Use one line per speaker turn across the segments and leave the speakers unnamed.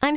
I'm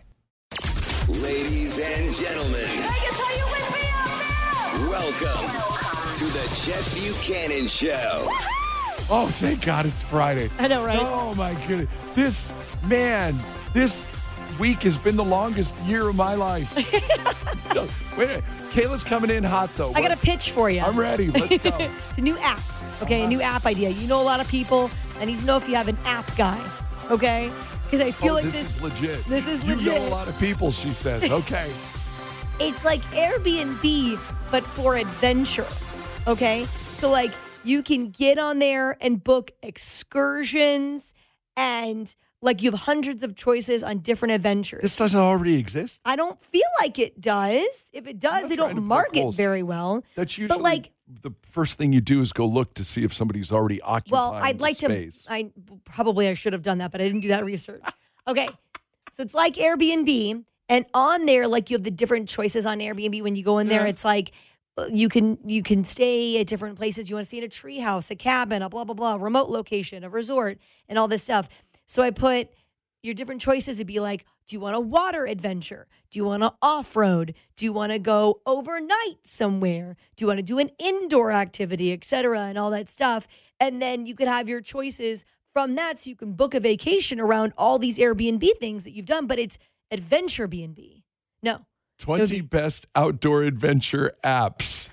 Ladies and gentlemen, welcome to the Jeff Buchanan Show.
Oh, thank God it's Friday.
I know, right?
Oh, my goodness. This, man, this week has been the longest year of my life. No, Wait a minute. Kayla's coming in hot, though.
I got a pitch for you.
I'm ready. Let's go.
It's a new app. Okay, a new app idea. You know a lot of people, I need to know if you have an app guy. Okay, because I feel
Oh,
like
this,
this.
is legit.
this is
You know a
legit.
lot of people, she says. Okay.
it's like Airbnb, but for adventure. Okay, so like you can get on there and book excursions, and like you have hundreds of choices on different adventures.
this doesn't already exist.
I don't feel like it does. If it does,
not
they
trying to
don't
poke
market
holes.
very well.
That's usually
but like
the first thing you do is go look to see if somebody's already occupying
Well, I'd
the
like
space.
to. I probably I should have done that, but I didn't do that research. Okay, so it's like Airbnb, and on there, like you have the different choices on Airbnb. When you go in there,
Mm.
it's like uh, you can you can stay at different places. You want to stay in a treehouse, a cabin, a blah blah blah, remote location, a resort, and all this stuff. So I put your different choices would be like, do you want a water adventure? Do you want to off road? Do you want to go overnight somewhere? Do you want to do an indoor activity, et cetera, and all that stuff? And then you could have your choices from that so you can book a vacation around all these Airbnb things that you've done, but it's Adventure BNB. No.
20
be-
best outdoor adventure apps.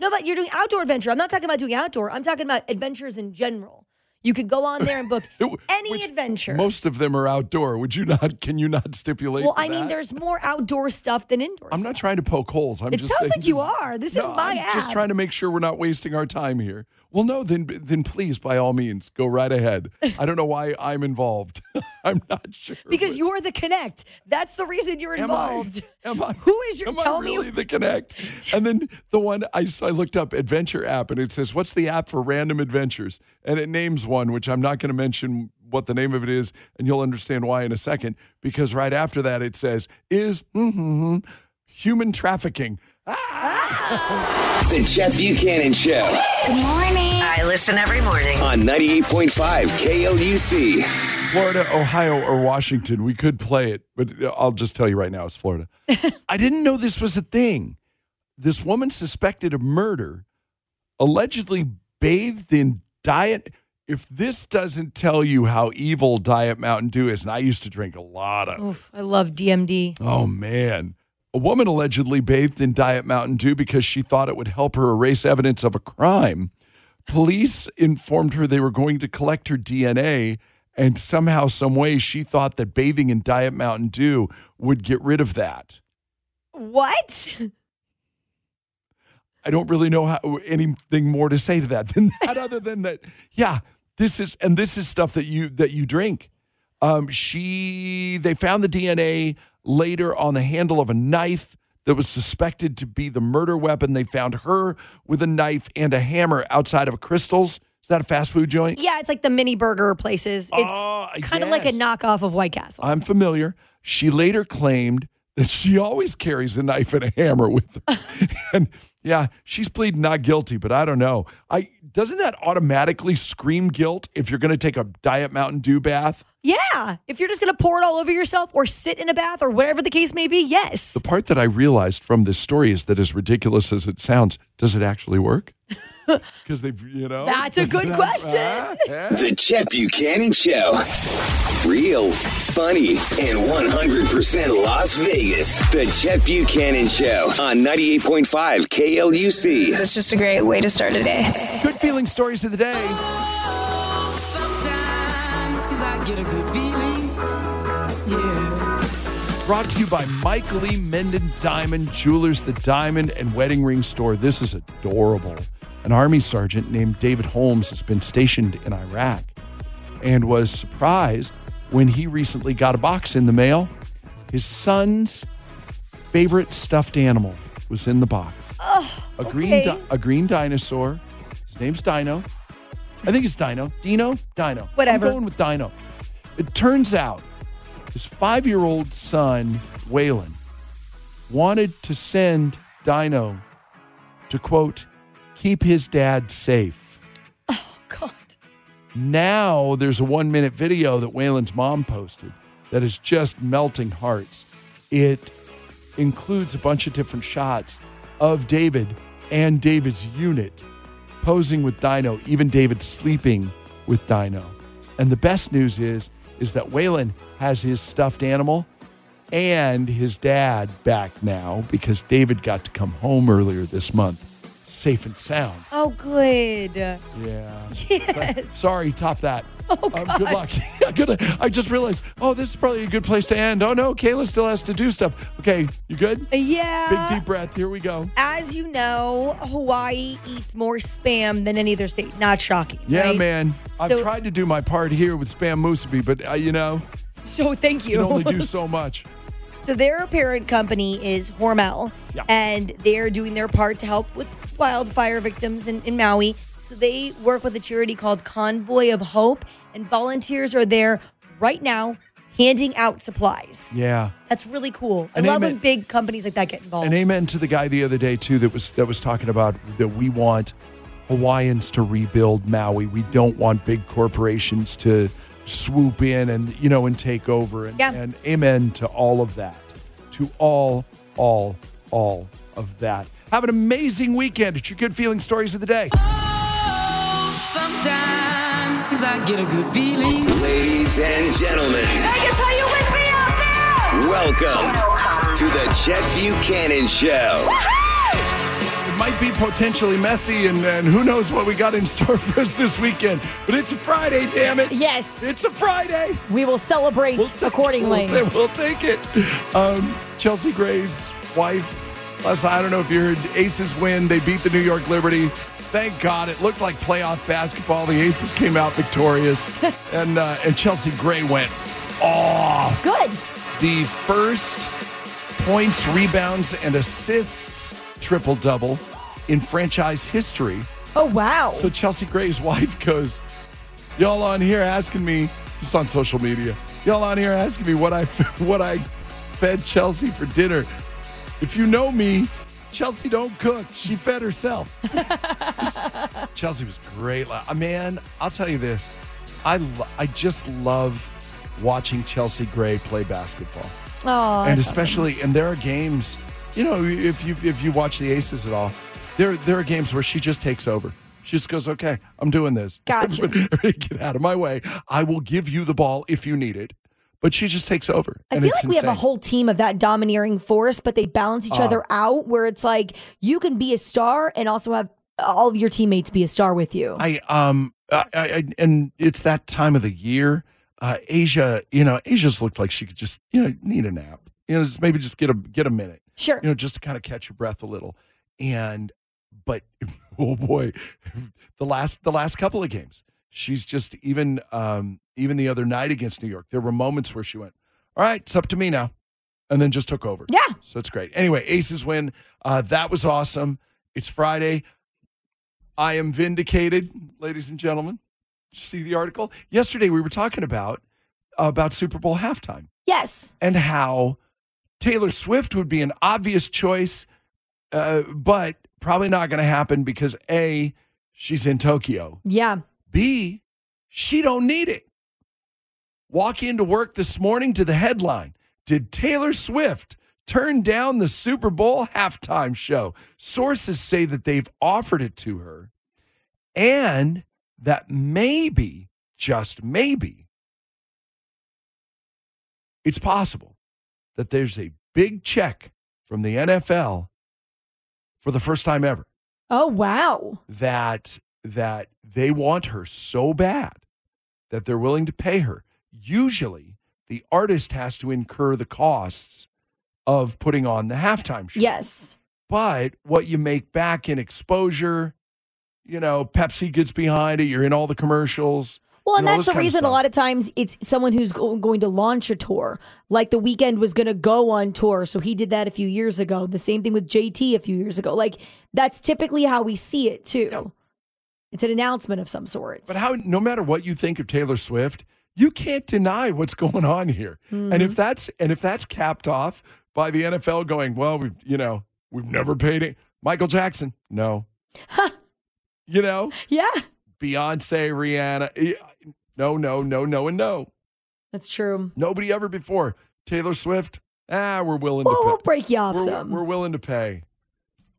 No, but you're doing outdoor adventure. I'm not talking about doing outdoor. I'm talking about adventures in general. You could go on there and book any
Which
adventure.
Most of them are outdoor. Would you not? Can you not stipulate?
well,
to
I mean,
that?
there's more outdoor stuff than indoor
I'm
stuff.
not trying to poke holes. I'm
It
just
sounds
saying
like you are. This is
No,
my
I'm Just
ad.
trying to make sure we're not wasting our time here. Well, no, then then please, by all means, go right ahead. I don't know why I'm involved. I'm not sure.
Because
but-
you're the connect. That's the reason you're
Am I-
involved.
Am I?
Who is your
am
tell
I really
me?
the connect? And then the one I s- I looked up adventure app, and it says, "What's the app for random adventures?" And it names one, which I'm not going to mention what the name of it is, and you'll understand why in a second. Because right after that, it says, "Is hmm human trafficking." Ah!
The Jeff Buchanan Show
I listen every morning.
on 98.5 KLUC.
Florida, Ohio, or Washington. We could play it, but I'll just tell you right now it's Florida. I didn't know this was a thing. This woman suspected of murder, allegedly bathed in diet. If this doesn't tell you how evil Diet Mountain Dew is, and I used to drink a lot of
Oof, I love DMD.
Oh man. A woman allegedly bathed in Diet Mountain Dew because she thought it would help her erase evidence of a crime. Police informed her they were going to collect her DNA and somehow some way she thought that bathing in Diet Mountain Dew would get rid of that.
What?
I don't really know how, anything more to say to that than that, other than that, yeah, this is and this is stuff that you that you drink. Um, she they found the DNA later on the handle of a knife that was suspected to be the murder weapon. They found her with a knife and a hammer outside of a Crystal's. Is that a fast food joint?
Yeah, it's like the mini burger places. It's
Oh,
kind of like a
yes.
knockoff of White Castle.
I'm familiar. She later claimed that she always carries a knife and a hammer with her. and yeah, she's pleading not guilty, but I don't know. I doesn't that automatically scream guilt if you're going to take a diet Mountain Dew bath?
yeah. If you're just going to pour it all over yourself or sit in a bath or whatever the case may be, yes.
The part that I realized from this story is that as ridiculous as it sounds, does it actually work? Because they've, you know.
That's a good question.
The Chet Buchanan Show. Real, funny, and 100% Las Vegas. The Chet Buchanan Show on 98.5 KLUC.
It's just a great way to start a day.
Good feeling stories of the day. Brought to you by Mike Lee Menden Diamond Jewelers, the diamond and wedding ring store. This is adorable. An army sergeant named David Holmes has been stationed in Iraq and was surprised when he recently got a box in the mail. His son's favorite stuffed animal was in the box. a green
okay.
di- a green dinosaur. His name's Dino. I think it's Dino. Dino? Dino.
Whatever.
I'm going with Dino. It turns out his five year old son, Waylon, wanted to send Dino to quote, keep his dad safe.
God.
Now there's a one minute video that Waylon's mom posted that is just melting hearts. It includes a bunch of different shots of David and David's unit posing with Dino, even David sleeping with Dino. And the best news is is that Waylon has his stuffed animal and his dad back now because David got to come home earlier this month, safe and sound.
Oh, good.
Yeah.
Yes.
Sorry, top that.
Oh,
Um, good
God.
luck. good luck. I just realized, oh, this is probably a good place to end. Oh, no, Kayla still has to do stuff. Okay, you good?
Yeah.
Big deep breath. Here we go.
As you know, Hawaii eats more spam than any other state. Not shocking.
Yeah,
right?
man. I've
So-
tried to do my part here with Spam Musubi, but, uh, you know,
So thank
you
you.
can only do so much.
So their parent company is Hormel,
Yeah.
and they're doing their part to help with wildfire victims in, in Maui. So they work with a charity called Convoy of Hope, and volunteers are there right now handing out supplies.
Yeah.
That's really cool. I
And
love
amen-
when big companies like that get involved.
And amen to the guy the other day too that was that was talking about that we want Hawaiians to rebuild Maui. We don't want big corporations to swoop in and you know and take over. And,
Yeah.
and amen to all of that. To all, all, all of that. Have an amazing weekend. It's your good feeling stories of the day.
Sometimes I get a good feeling.
Ladies and gentlemen. Welcome to the Chet Buchanan Show.
It might be potentially messy, and, and who knows what we got in store for us this weekend. But it's a Friday, damn it!
Yes.
it's a Friday.
We will celebrate
We'll take-
accordingly.
We'll, ta- we'll take it. Um, Chelsea Gray's wife. Plus, I don't know if you heard Aces win. They beat the New York Liberty. Thank God. It looked like playoff basketball. The Aces came out victorious, and uh, and Chelsea Gray went off
Good.
the first points, rebounds, and assists triple double in franchise history.
Oh, wow.
So Chelsea Gray's wife goes, "Y'all on here asking me, just on social media. Y'all on here asking me what I what I fed Chelsea for dinner. If you know me, Chelsea don't cook. She fed herself. Chelsea was great. la- uh, Man, I'll tell you this. I lo- I just love watching Chelsea Gray play basketball
Aw,
and
Oh, that's
especially and there are games you know if you if you watch the aces at all there there are games where she just takes over she just goes okay i'm doing this
Gotcha.
Everybody- everybody get out of my way i will give you the ball if you need it but she just takes over
I
and
feel
it's
like we have a
insane. Ah.
whole team of that domineering force, but they balance each other out where it's like you can be a star and also have all of your teammates be a star with you.
I um I, I I- and it's that time of the year. Uh, Asia, you know, Asia's looked like she could just you know need a nap. You know, just maybe just get a get a minute.
Sure.
You know, just to kind of catch your breath a little. And but oh boy, the last the last couple of games, she's just even um even the other night against New York, there were moments where she went, "All right, it's up to me now," and then just took over.
Yeah.
So it's great. Anyway, Aces win. Uh, that was awesome. It's Friday. I am vindicated, ladies and gentlemen. Did you see the article? Yesterday we were talking about about Super Bowl halftime
Yes.
and how Taylor Swift would be an obvious choice, uh, but probably not going to happen because a she's in Tokyo.
Yeah.
B, she don't need it. Walk into work this morning to the headline. Did Taylor Swift turn down the Super Bowl halftime show? Sources say that they've offered it to her and that maybe, just maybe, it's possible that there's a big check from the NFL for the first time ever
Oh, wow.
that that they want her so bad that they're willing to pay her. Usually, the artist has to incur the costs of putting on the halftime show.
Yes.
But what you make back in exposure, you know, Pepsi gets behind it. You're in all the commercials.
Well,
you
and
know, all this
that's the
kind of
reason a
stuff.
lot of times it's someone who's go- going to launch a tour. Like the weekend was going to go on tour, so he did that a few years ago. The same thing with JT a few years ago. Like that's typically how we see it too. It's an announcement of some sort.
But how? No matter what you think of Taylor Swift, you can't deny what's going on here. And
Mm-hmm.
if that's and if that's capped off by the NFL going, well, we have you know we've never paid it. Michael Jackson, no. you know,
yeah,
Beyonce, Rihanna, eh, no, no, no, no, and no.
that's true.
Nobody ever before. Taylor Swift, ah, we're willing
Well,
to.
we'll
pay.
break you off
we're,
some.
We're willing to pay.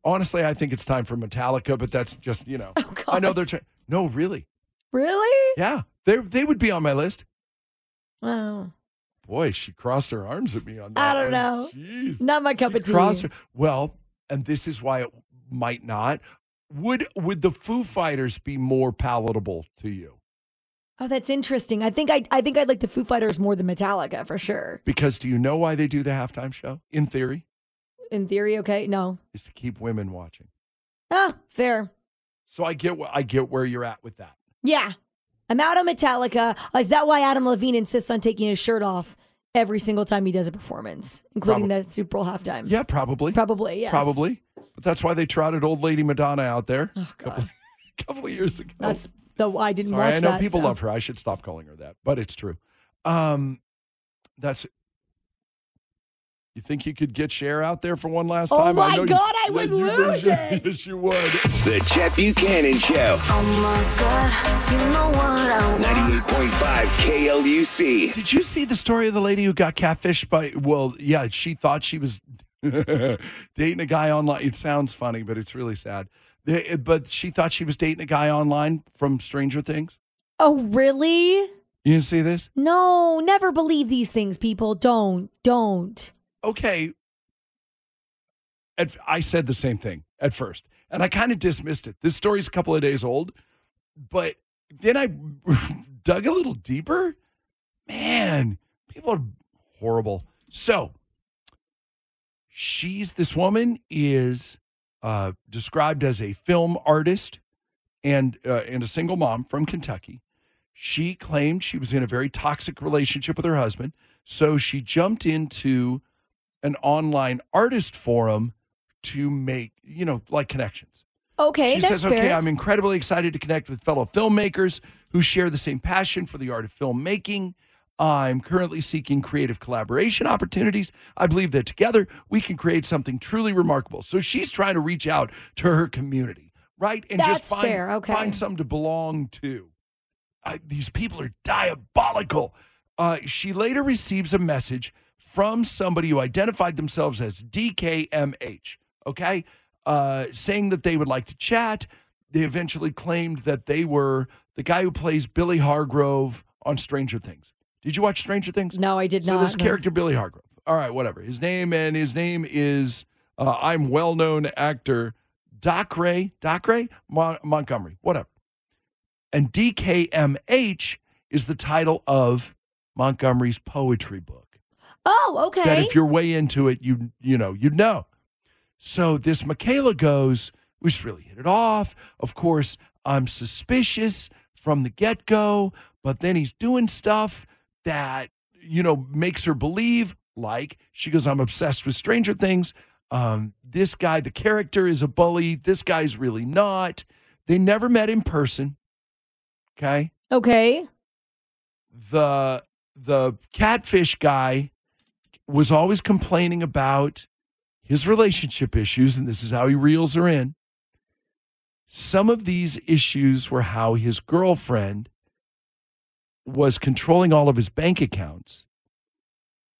Honestly, I think it's time for Metallica, but that's just you know.
Oh,
I know they're
God.
trying. No, really,
really?
yeah, they they would be on my list.
Wow.
Boy, she crossed her arms at me on that.
I don't
one.
know.
Jeez.
Not my cup
She
of tea.
crossed her- Well, and this is why it might not. Would would the Foo Fighters be more palatable to you?
Oh, that's interesting. I think I I think I'd like the Foo Fighters more than Metallica for sure.
Because do you know why they do the halftime show? In theory,
In theory, okay. No.
is to keep women watching.
Ah, fair.
So I get wh- I get where you're at with that.
Yeah. I'm out on Metallica. Uh, Is that why Adam Levine insists on taking his shirt off every single time he does a performance, including
Probably.
the Super Bowl halftime?
Yeah, probably.
Probably, yes.
Probably. But that's why they trotted old lady Madonna out there
Oh, God.
a couple of years ago.
That's the I didn't
Sorry,
watch
I know
that,
people
so-
love her. I should stop calling her that, but it's true. Um, that's. You think you could get Cher out there for one last
Oh
time?
my
know you-
God, I would
you
lose
you-
it.
Yes, you would.
The Chet Buchanan Show.
Oh my god, you know what I want.
98.5 KLUC.
Did you see the story of the lady who got catfished by? Well, yeah, she thought she was dating a guy online. It sounds funny, but it's really sad. They- But she thought she was dating a guy online from Stranger Things.
Oh, really?
You didn't see this?
No, never believe these things, people. Don't, don't.
okay. At, I said the same thing at first, and I kind of dismissed it. This story's a couple of days old, but then I dug a little deeper. Man, people are horrible. So she's this woman is uh, described as a film artist and uh, and a single mom from Kentucky. She claimed she was in a very toxic relationship with her husband, so she jumped into an online artist forum to make, you know, like connections.
Okay,
she
that's
says, "Okay,
fair.
I'm incredibly excited to connect with fellow filmmakers who share the same passion for the art of filmmaking. I'm currently seeking creative collaboration opportunities. I believe that together we can create something truly remarkable." So she's trying to reach out to her community, right? And
That's
just find,
fair, okay.
find something to belong to. I, these people are diabolical. Uh, she later receives a message from somebody who identified themselves as DKMH, okay, uh, saying that they would like to chat. They eventually claimed that they were the guy who plays Billy Hargrove on Stranger Things. Did you watch Stranger Things?
No, I did
so
not.
this
no.
character, Billy Hargrove. All right, whatever. His name and his name is uh, I'm well known actor Doc Ray, Doc Ray Mon- Montgomery, whatever. And DKMH is the title of Montgomery's poetry book.
Oh,
That
okay.
if you're way into it, you you know you'd know. So this Michaela goes, we just really hit it off. Of course, I'm suspicious from the get go, but then he's doing stuff that, you know, makes her believe, like, she goes, I'm obsessed with Stranger Things. Um, this guy, the character, is a bully. This guy's really not. They never met in person. Okay
Okay.
the the catfish guy was always complaining about his relationship issues and this is how he reels her in some of these issues were how his girlfriend was controlling all of his bank accounts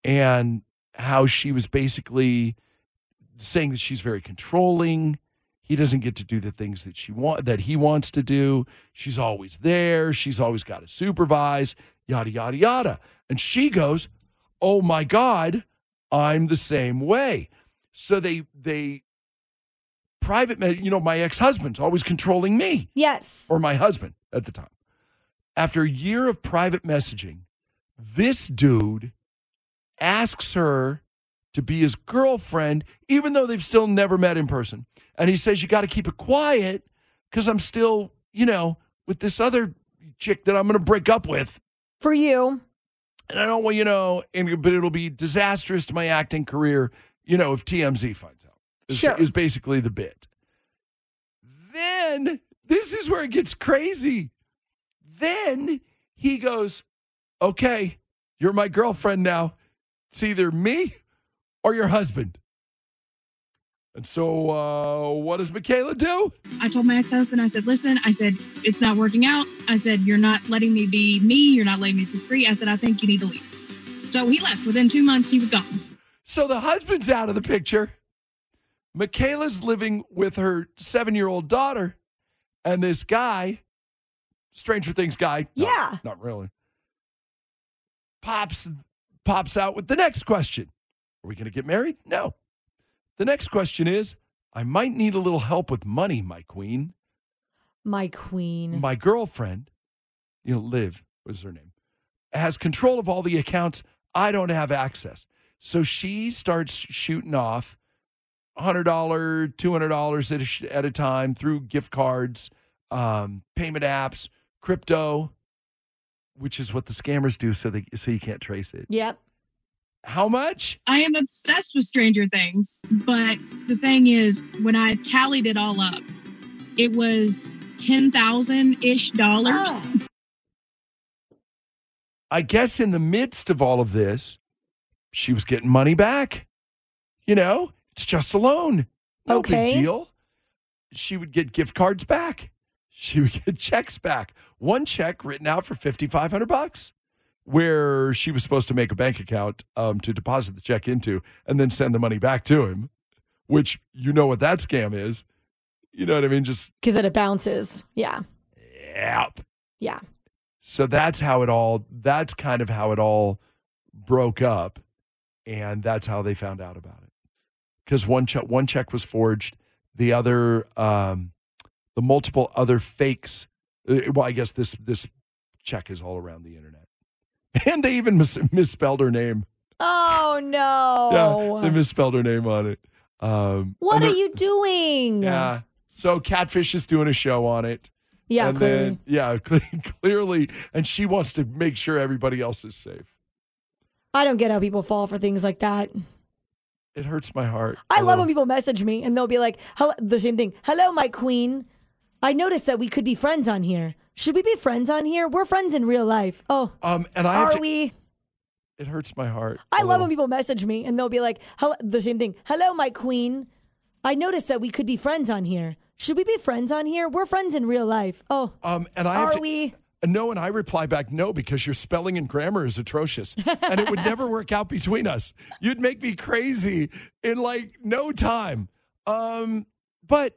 and how she was basically saying that she's very controlling He doesn't get to do the things that she want that he wants to do. She's always there. She's always got to supervise. Yada yada yada. And she goes, "Oh my God, I'm the same way." So they they private, med- you know, my ex husband's always controlling me.
Yes.
Or my husband at the time. After a year of private messaging, this dude asks her to be his girlfriend, even though they've still never met in person. And he says, You got to keep it quiet because I'm still, you know, with this other chick that I'm going to break up with.
For you.
And I don't want, you know, and, but it'll be disastrous to my acting career, you know, if TMZ finds out is,
Sure.
is basically the bit. Then this is where it gets crazy. Then he goes, "Okay, you're my girlfriend now. It's either me or your husband." And so, uh, what does Michaela do?
I told my ex-husband, I said, listen, I said, it's not working out. I said, you're not letting me be me. You're not letting me be free. I said, I think you need to leave. So he left. Within two months, he was gone.
So the husband's out of the picture. Michaela's living with her seven-year-old daughter, and this guy, Stranger Things guy. no,
Yeah.
not really. pops pops out with the next question. Are we going to get married? No. The next question is, I might need a little help with money, my queen.
My queen.
My girlfriend, you know, Liv was her name, has control of all the accounts. I don't have access. So she starts shooting off $100, $200 at a, sh- at a time through gift cards, um, payment apps, crypto, which is what the scammers do so they so you can't trace it.
Yep.
How much?
I am obsessed with Stranger Things, but the thing is, when I tallied it all up, it was ten thousand ish dollars.
I guess in the midst of all of this, she was getting money back. You know, it's just a loan. No
Okay.
big deal. She would get gift cards back. She would get checks back. One check written out for 5500 bucks where she was supposed to make a bank account um, to deposit the check into and then send the money back to him, which you know what that scam is. You know what I mean? Just
Because then it bounces. Yeah.
yep.
Yeah.
So that's how it all that's kind of how it all broke up and that's how they found out about it. Cuz one check one check was forged, the other um the multiple other fakes uh, well I guess this this check is all around the internet. And they even mis- misspelled her name.
Oh no.
Yeah, they misspelled her name on it. Um
Oh. what
and
are
they're-
you doing?
Yeah. So Catfish is doing a show on it.
Yeah,
and Then, yeah, cle- clearly. And she wants to make sure everybody else is safe.
I don't get how people fall for things like that.
It hurts my heart.
I
a
love
little.
when people message me and they'll be like, Hello, the same thing. Hello, my queen. I noticed that we could be friends on here. Should we be friends on here? We're friends in real life. Oh,
Um, and I have
are
to-
we?
It hurts my heart. a
I love
little.
when people message me and they'll be like, Hello, the same thing. Hello, my queen. I noticed that we could be friends on here. Should we be friends on here? We're friends in real life. Oh,
Um, and I have
are
to-
we?
No, and I reply back no because your spelling and grammar is atrocious, and it would never work out between us. You'd make me crazy in like no time. Um, but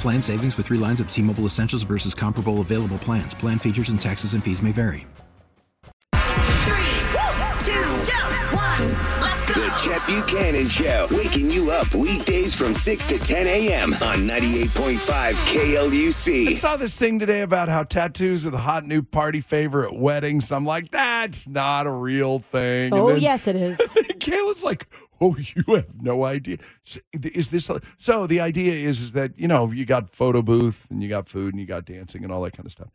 Plan savings with three lines of T Mobile Essentials versus comparable available plans. Plan features and taxes and fees may vary.
The Chet Buchanan Show, waking you up weekdays from 6 to 10 a.m. on 98.5
I
KLUC.
saw this thing today about how tattoos are the hot new party favor at weddings. I'm like, that's not a real thing. And
Oh,
then
yes, it is.
Kayla's like, oh, you have no idea. S- Is this so? The idea is, is that you know you got photo booth and you got food and you got dancing and all that kind of stuff.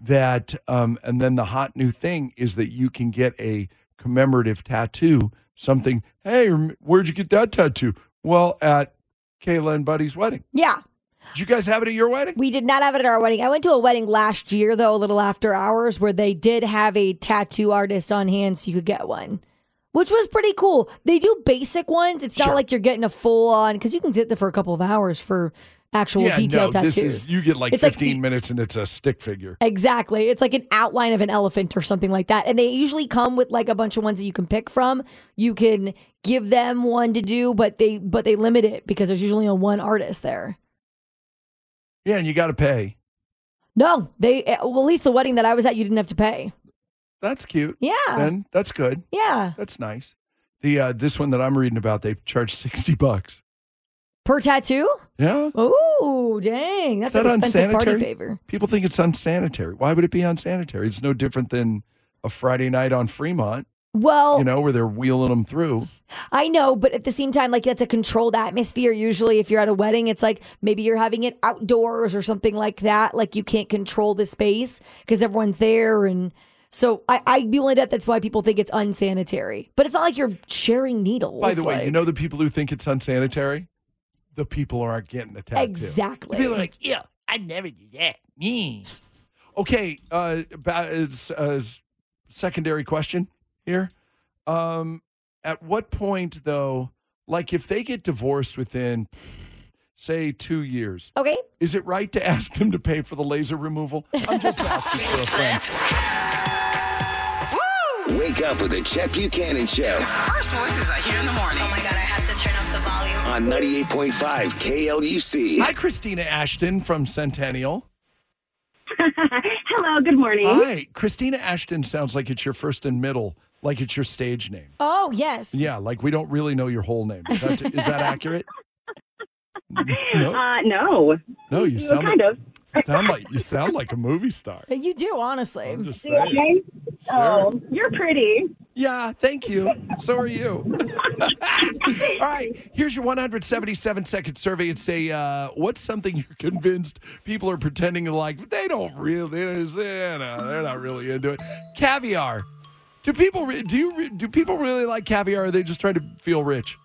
That um, and then the hot new thing is that you can get a commemorative tattoo. Something. Hey, rem- where'd you get that tattoo? Well, at Kayla and Buddy's wedding.
Yeah.
Did you guys have it at your wedding?
We did not have it at our wedding. I went to a wedding last year, though, a little after hours, where they did have a tattoo artist on hand so you could get one, which was pretty cool. They do basic ones. It's not like you're getting a full on, because you can sit there for a couple of hours for actual detailed
no,
tattoos.
This is, you get like
It's
15 minutes and it's a stick figure.
Exactly. It's like an outline of an elephant or something like that. And they usually come with like a bunch of ones that you can pick from. You can give them one to do, but they but they limit it because there's usually only one artist there.
Yeah, and you got to pay.
No, they eh, well at least the wedding that I was at you didn't have to pay.
That's cute.
Yeah.
Then that's good.
Yeah.
That's nice. The uh, this one that I'm reading about, they charge 60 bucks.
Per tattoo?
Yeah.
Oh, dang. That's
Is that
an expensive
unsanitary?
party favor.
People think it's unsanitary. Why would it be unsanitary? It's no different than a Friday night on Fremont,
Well,
you know, where they're wheeling them through.
I know, but at the same time, like that's a controlled atmosphere. Usually, if you're at a wedding, it's like maybe you're having it outdoors or something like that. Like you can't control the space because everyone's there. And so I, I'd be willing to bet that's why people think it's unsanitary. But it's not like you're sharing needles.
By the way, you
like-
know the people who think it's unsanitary? The people who aren't getting the tattoo.
Exactly.
The people are like, yeah, I never do that. Me. Okay, uh, ba- uh, s- uh, s- secondary question here. Um, at what point, though, like if they get divorced within, say, two years,
Okay.
is it right to ask them to pay for the laser removal? I'm just asking for a friend.
Wake up with the Chet Buchanan Show
First voices I hear in the morning. Oh my god, I have to turn up the volume.
on 98.5 KLUC.
Hi, Christina Ashton from Centennial.
Hello, good morning.
Hi, Christina Ashton sounds like it's your first and middle, like it's your stage name.
Oh, yes.
Yeah, like we don't really know your whole name. Is that, is that accurate? No,
Uh, no.
no, you sound
kind
like, you sound like you sound like a movie star.
You do, honestly. I'm
just
You okay? Oh, you're pretty.
Yeah, thank you. So are you. All right, here's your 177 second survey. It's a uh, what's something you're convinced people are pretending to like, but they don't really. They don't, they're not they're not really into it. Caviar. Do people re- do you re- do people really like caviar? Or are they just trying to feel rich?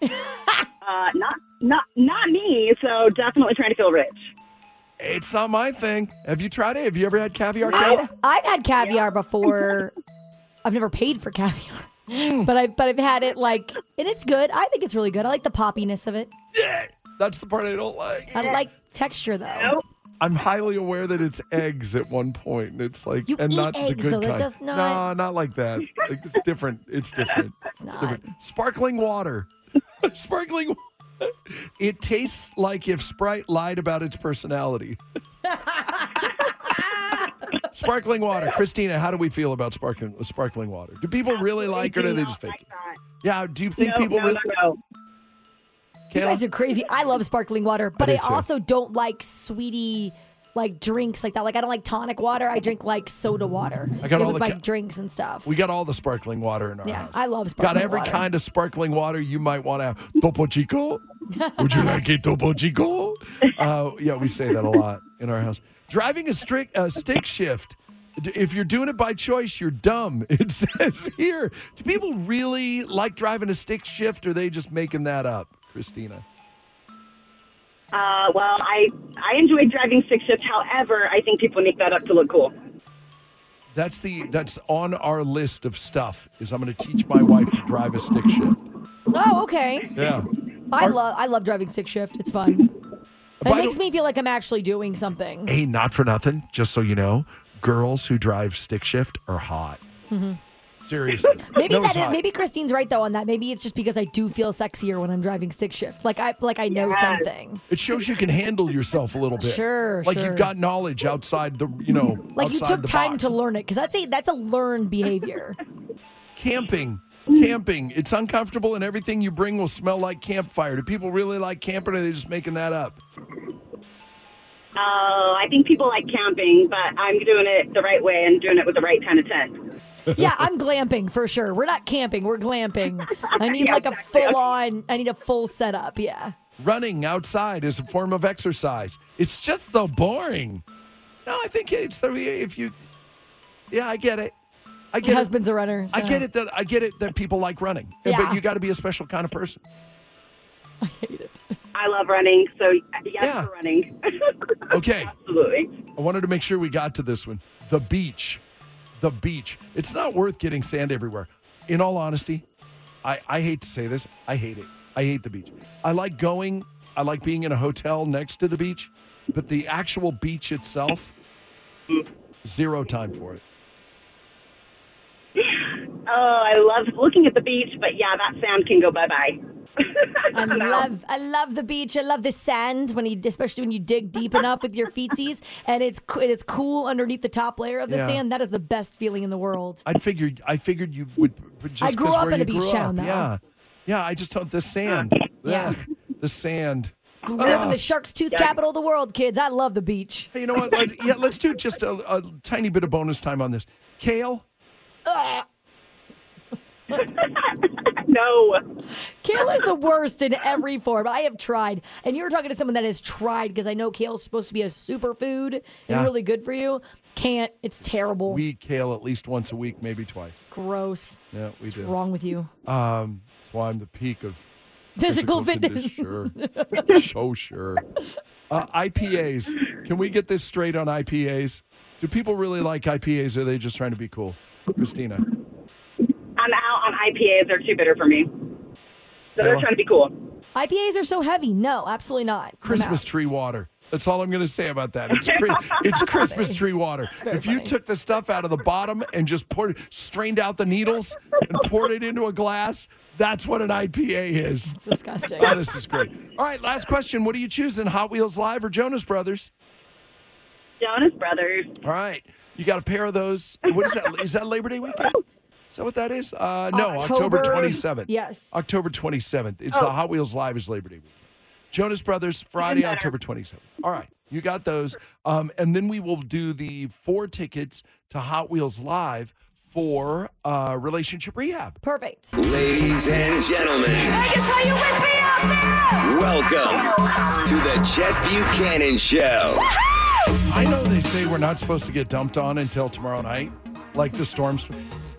Uh, not not not me. So definitely trying to feel rich.
It's not my thing. Have you tried it? Have you ever had caviar? Kayla?
I've, I've had caviar before. I've never paid for caviar,
Hmm.
but I but I've had it like, and it's good. I think it's really good. I like the poppiness of it.
That's the part I don't like.
I like texture though.
I'm highly aware that it's eggs at one point, and it's like,
You
and
eat
not the
eggs,
good
though. That
kind.
does not-
No, not like that. Like it's different. It's different. It's
not.
different. Sparkling water. Sparkling. wa- It tastes like if Sprite lied about its personality. sparkling water, Christina. How do we feel about sparkling sparkling water? Do people really like, it or do they just fake it? Yeah. Do you think
No,
people
no,
really?
no,
You
Kayla?
guys are crazy. I love sparkling water, but
do
I,
too.
also don't like sweetie like drinks like that. Like I don't like tonic water. I drink like soda water.
I got
Yeah,
all
with
the
my
ca-
drinks and stuff.
We got all the sparkling water in our
yeah,
house.
I love sparkling
Got every
water.
kind of sparkling water you might want to have. Topo Chico? Would you like a Topo Chico? Uh, yeah, we say that a lot in our house. Driving a, strict, a stick shift. D- If you're doing it by choice, you're dumb. It says here. Do people really like driving a stick shift or are they just making that up, Christina?
no. Uh, well, I I enjoy driving six shifts. However, I think people make that up to look cool.
That's the that's on our list of stuff. Is I'm going to teach my wife to drive a stick shift.
Oh, okay.
Yeah.
I love I love driving six shift. It's fun. It
Why
makes me feel like I'm actually doing something.
Hey, not for nothing. Just so you know, girls who drive stick shift are hot.
Mhm.
Seriously.
Maybe
No,
that
it's
is,
hot.
maybe Christine's right though on that. Maybe it's just because I do feel sexier when I'm driving six shift. Like I like I know something.
It shows you can handle yourself a little bit.
Sure,
Like
sure.
you've got knowledge outside the you know.
Like you
outside
took
the
time
box.
to learn it because that's a that's a learned behavior.
camping.
Mm.
Camping. It's uncomfortable and everything you bring will smell like campfire. Do people really like camping or are they just making that up?
Oh, I think people like camping, but I'm doing it the right way and doing it with the right kind of tent.
yeah, I'm glamping for sure. We're not camping. We're glamping. I need like a full on. I need a full setup. Yeah.
Running outside is a form of exercise. It's just so boring. No, I think it's the if you Yeah, I get it. I
My
get it.
husband's a runner.
I
so-
get it that I get it that people like running.
Yeah.
But you got to be a special kind of person.
I love running, so yes, for running.
Okay. Absolutely. I wanted to make sure we got to this one. The beach. The beach. It's not worth getting sand everywhere. In all honesty, I, I hate to say this. I hate it. I hate the beach. I like going, I like being in a hotel next to the beach, but the actual beach itself, zero time for it.
Oh, I love looking at the beach, but yeah, that sand can go bye bye.
I love I love the beach. I love the sand when you, especially when you dig deep enough with your feetsies, and it's co- and it's cool underneath the top layer of the
Yeah.
sand. That is the best feeling in the world.
I figured I figured you would would just
I grew
'cause
up
where
in a
you grew
beach town,
up.
though.
Yeah. Yeah, I just don't the sand.
Yeah.
Ugh, the sand.
Grew up in
Ugh.
the shark's tooth capital of the world, kids. I love the beach.
Ah, Hey, you know what? Let, yeah, let's do just a, a tiny bit of bonus time on this. Kale,
no.
Kale is the worst in every form. I have tried. And you're talking to someone that has tried because I know kale's supposed to be a superfood and
Yeah.
really good for you. Can't. It's terrible.
we eat kale at least once a week, maybe twice.
Gross.
Yeah, we do.
What's wrong with you?
Um, that's why I'm the peak of
Physical
condition. Sure, so sure. Uh, IPAs. Can we get this straight on IPAs? Do people really like IPAs? Or are they just trying to be cool? Christina.
I'm out on IPAs. They're too bitter for me. So they're
Hello?
trying to be cool.
IPAs are so heavy. No, absolutely not. I'm out.
Christmas tree water. That's all I'm going to say about that. It's cri- it's Christmas tree water.
very
If you
funny.
took the stuff out of the bottom and just poured, strained out the needles and poured it into a glass, that's what an IPA is. It's
disgusting.
Oh, this is great. All right, last question. What are you choosing, Hot Wheels Live or Jonas Brothers?
Jonas Brothers.
All right, you got a pair of those. What is that? Is that Labor Day weekend? Is that what that is? Uh, no, October,
October-
27th.
yes.
October 27th. It's
Oh.
the Hot Wheels Live is Labor Day weekend. Jonas Brothers, Friday,
better.
October 27th. All right, you got those. Um, and then we will do the four tickets to Hot Wheels Live for uh, Relationship Rehab.
Perfect.
Ladies and gentlemen,
Vegas, how you whip me up now?
welcome to the Chet Buchanan Show.
I know they say we're not supposed to get dumped on until tomorrow night, like the storms.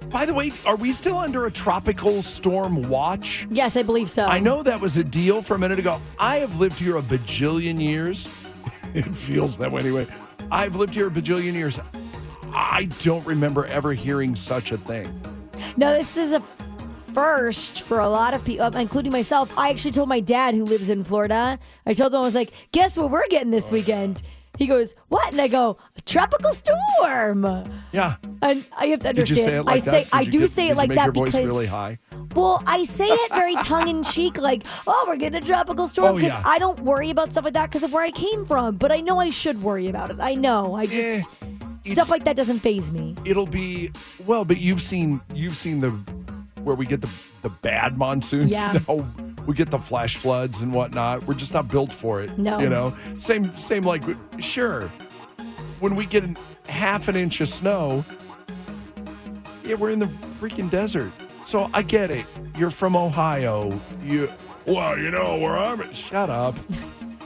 By the way, are we still under a tropical storm watch?
Yes, I believe so.
I know that was a deal for a minute ago. I have lived here a bajillion years. It feels that way anyway. I've lived here a bajillion years. I don't remember ever hearing such a thing.
No, this is a first for a lot of people, including myself. I actually told my dad, who lives in Florida, I told him, I was like, guess what we're getting
Oh,
this weekend? He goes, what? And I go, a tropical storm.
Yeah.
And I have to understand.
Did you say it like
I
that?
say,
Did
I
you
do
get-
say
did
it
you
like
make
that
your voice
because.
really high.
Well, I say it very tongue in cheek, like, oh, we're getting a tropical storm.
Oh,
Because
yeah.
I don't worry about stuff like that because of where I came from. But I know I should worry about it. I know. I just.
Eh,
stuff like that doesn't phase me.
It'll be well, but you've seen you've seen the where we get the the bad monsoons.
Yeah.
Now we get the flash floods and whatnot. We're just not built for it.
No.
You know, same same like sure. When we get an, half an inch of snow, yeah, we're in the freaking desert. So I get it. You're from Ohio. You well, you know where I'm. At. Shut up.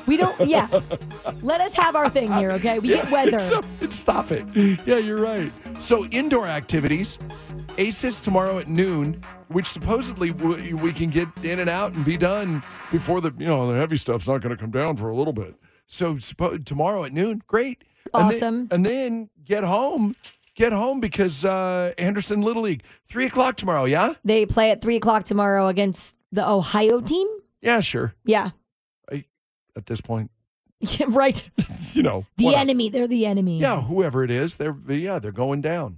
We don't, yeah. Let us have our thing here, okay? We get
Yeah,
weather.
it's- it's- stop it. Yeah, you're right. So indoor activities, ACES tomorrow at noon, which supposedly we, we can get in and out and be done before the you know the heavy stuff's not going to come down for a little bit. So suppo- tomorrow at noon, great, And then-
Awesome.
and then get home, get home because uh, Anderson Little League three o'clock tomorrow. Yeah,
They play at three o'clock tomorrow against the Ohio team.
yeah, sure.
Yeah,
At this point,
Yeah, right.
you know
The
what-
enemy. They're the enemy.
Yeah, whoever it is, they're yeah, they're going down.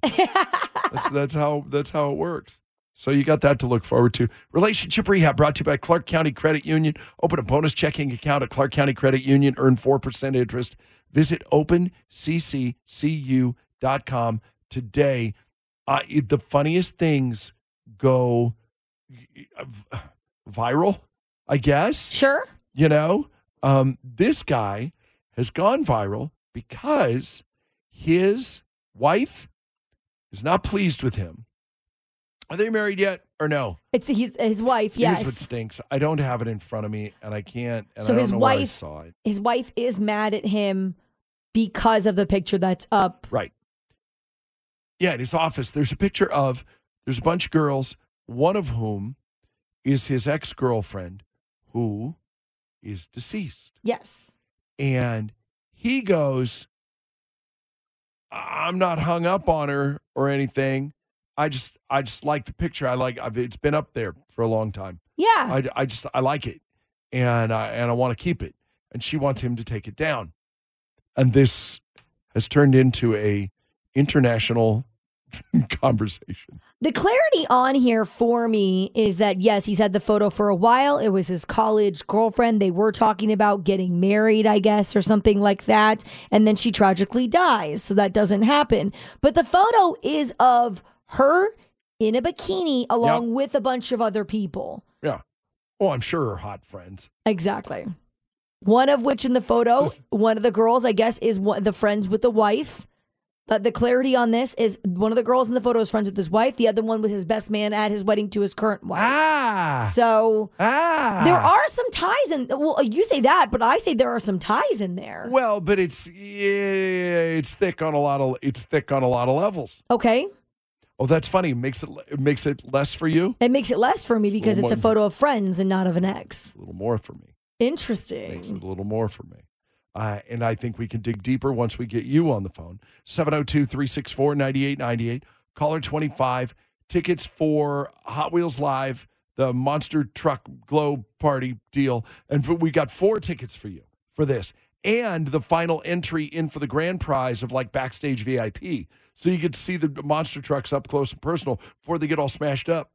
that's that's how that's how it works. So you got that to look forward to. Relationship Rehab brought to you by Clark County Credit Union. Open a bonus checking account at Clark County Credit Union. Earn 4% interest. Visit opencccu.com today. Uh, it- the funniest things go uh, viral, I guess.
Sure.
You know, um, this guy has gone viral because his wife is not pleased with him. Are they married yet or no?
It's his his wife.
Here's what
Yes.
stinks. I don't have it in front of me, and I can't. And I
so
don't
his
know where I
wife
saw it.
his wife is mad at him because of the picture that's up.
Right. Yeah, in his office, there's a picture of there's a bunch of girls, one of whom is his ex girlfriend, who is deceased.
Yes.
and he goes, "I'm not hung up on her or anything. I just, I just like the picture. I like. I've, it's been up there for a long time.
Yeah.
I, I just, I like it, and I, and I want to keep it. And she wants him to take it down. And this has turned into a international conversation.
The clarity on here for me is that yes, he's had the photo for a while. It was his college girlfriend. They were talking about getting married, I guess, or something like that. And then she tragically dies. So that doesn't happen. But the photo is of her in a bikini along
Yep.
with a bunch of other people.
Yeah. Oh, I'm sure her hot friends.
Exactly. One of which in the photo, one of the girls, I guess, is one, the friends with the wife. But the clarity on this is one of the girls in the photo is friends with his wife. The other one was his best man at his wedding to his current wife.
Ah.
So
Ah.
there are some ties in. Well, uh, you say that, but I say there are some ties in there.
Well, but it's yeah, it's thick on a lot of it's thick on a lot of levels.
Okay,
Oh, that's funny. It makes it it makes it less for you,
it makes it less for me because it's a
more-
photo of friends and not of an ex.
a little more for me. Makes
Interesting.
it a little more for me. Uh, and I think we can dig deeper once we get you on the phone. 702 364 9898, caller 25. Tickets for Hot Wheels Live, the monster truck glow party deal. And for, we got four tickets for you for this. And the final entry in for the grand prize of like backstage VIP. So you get to see the monster trucks up close and personal before they get all smashed up,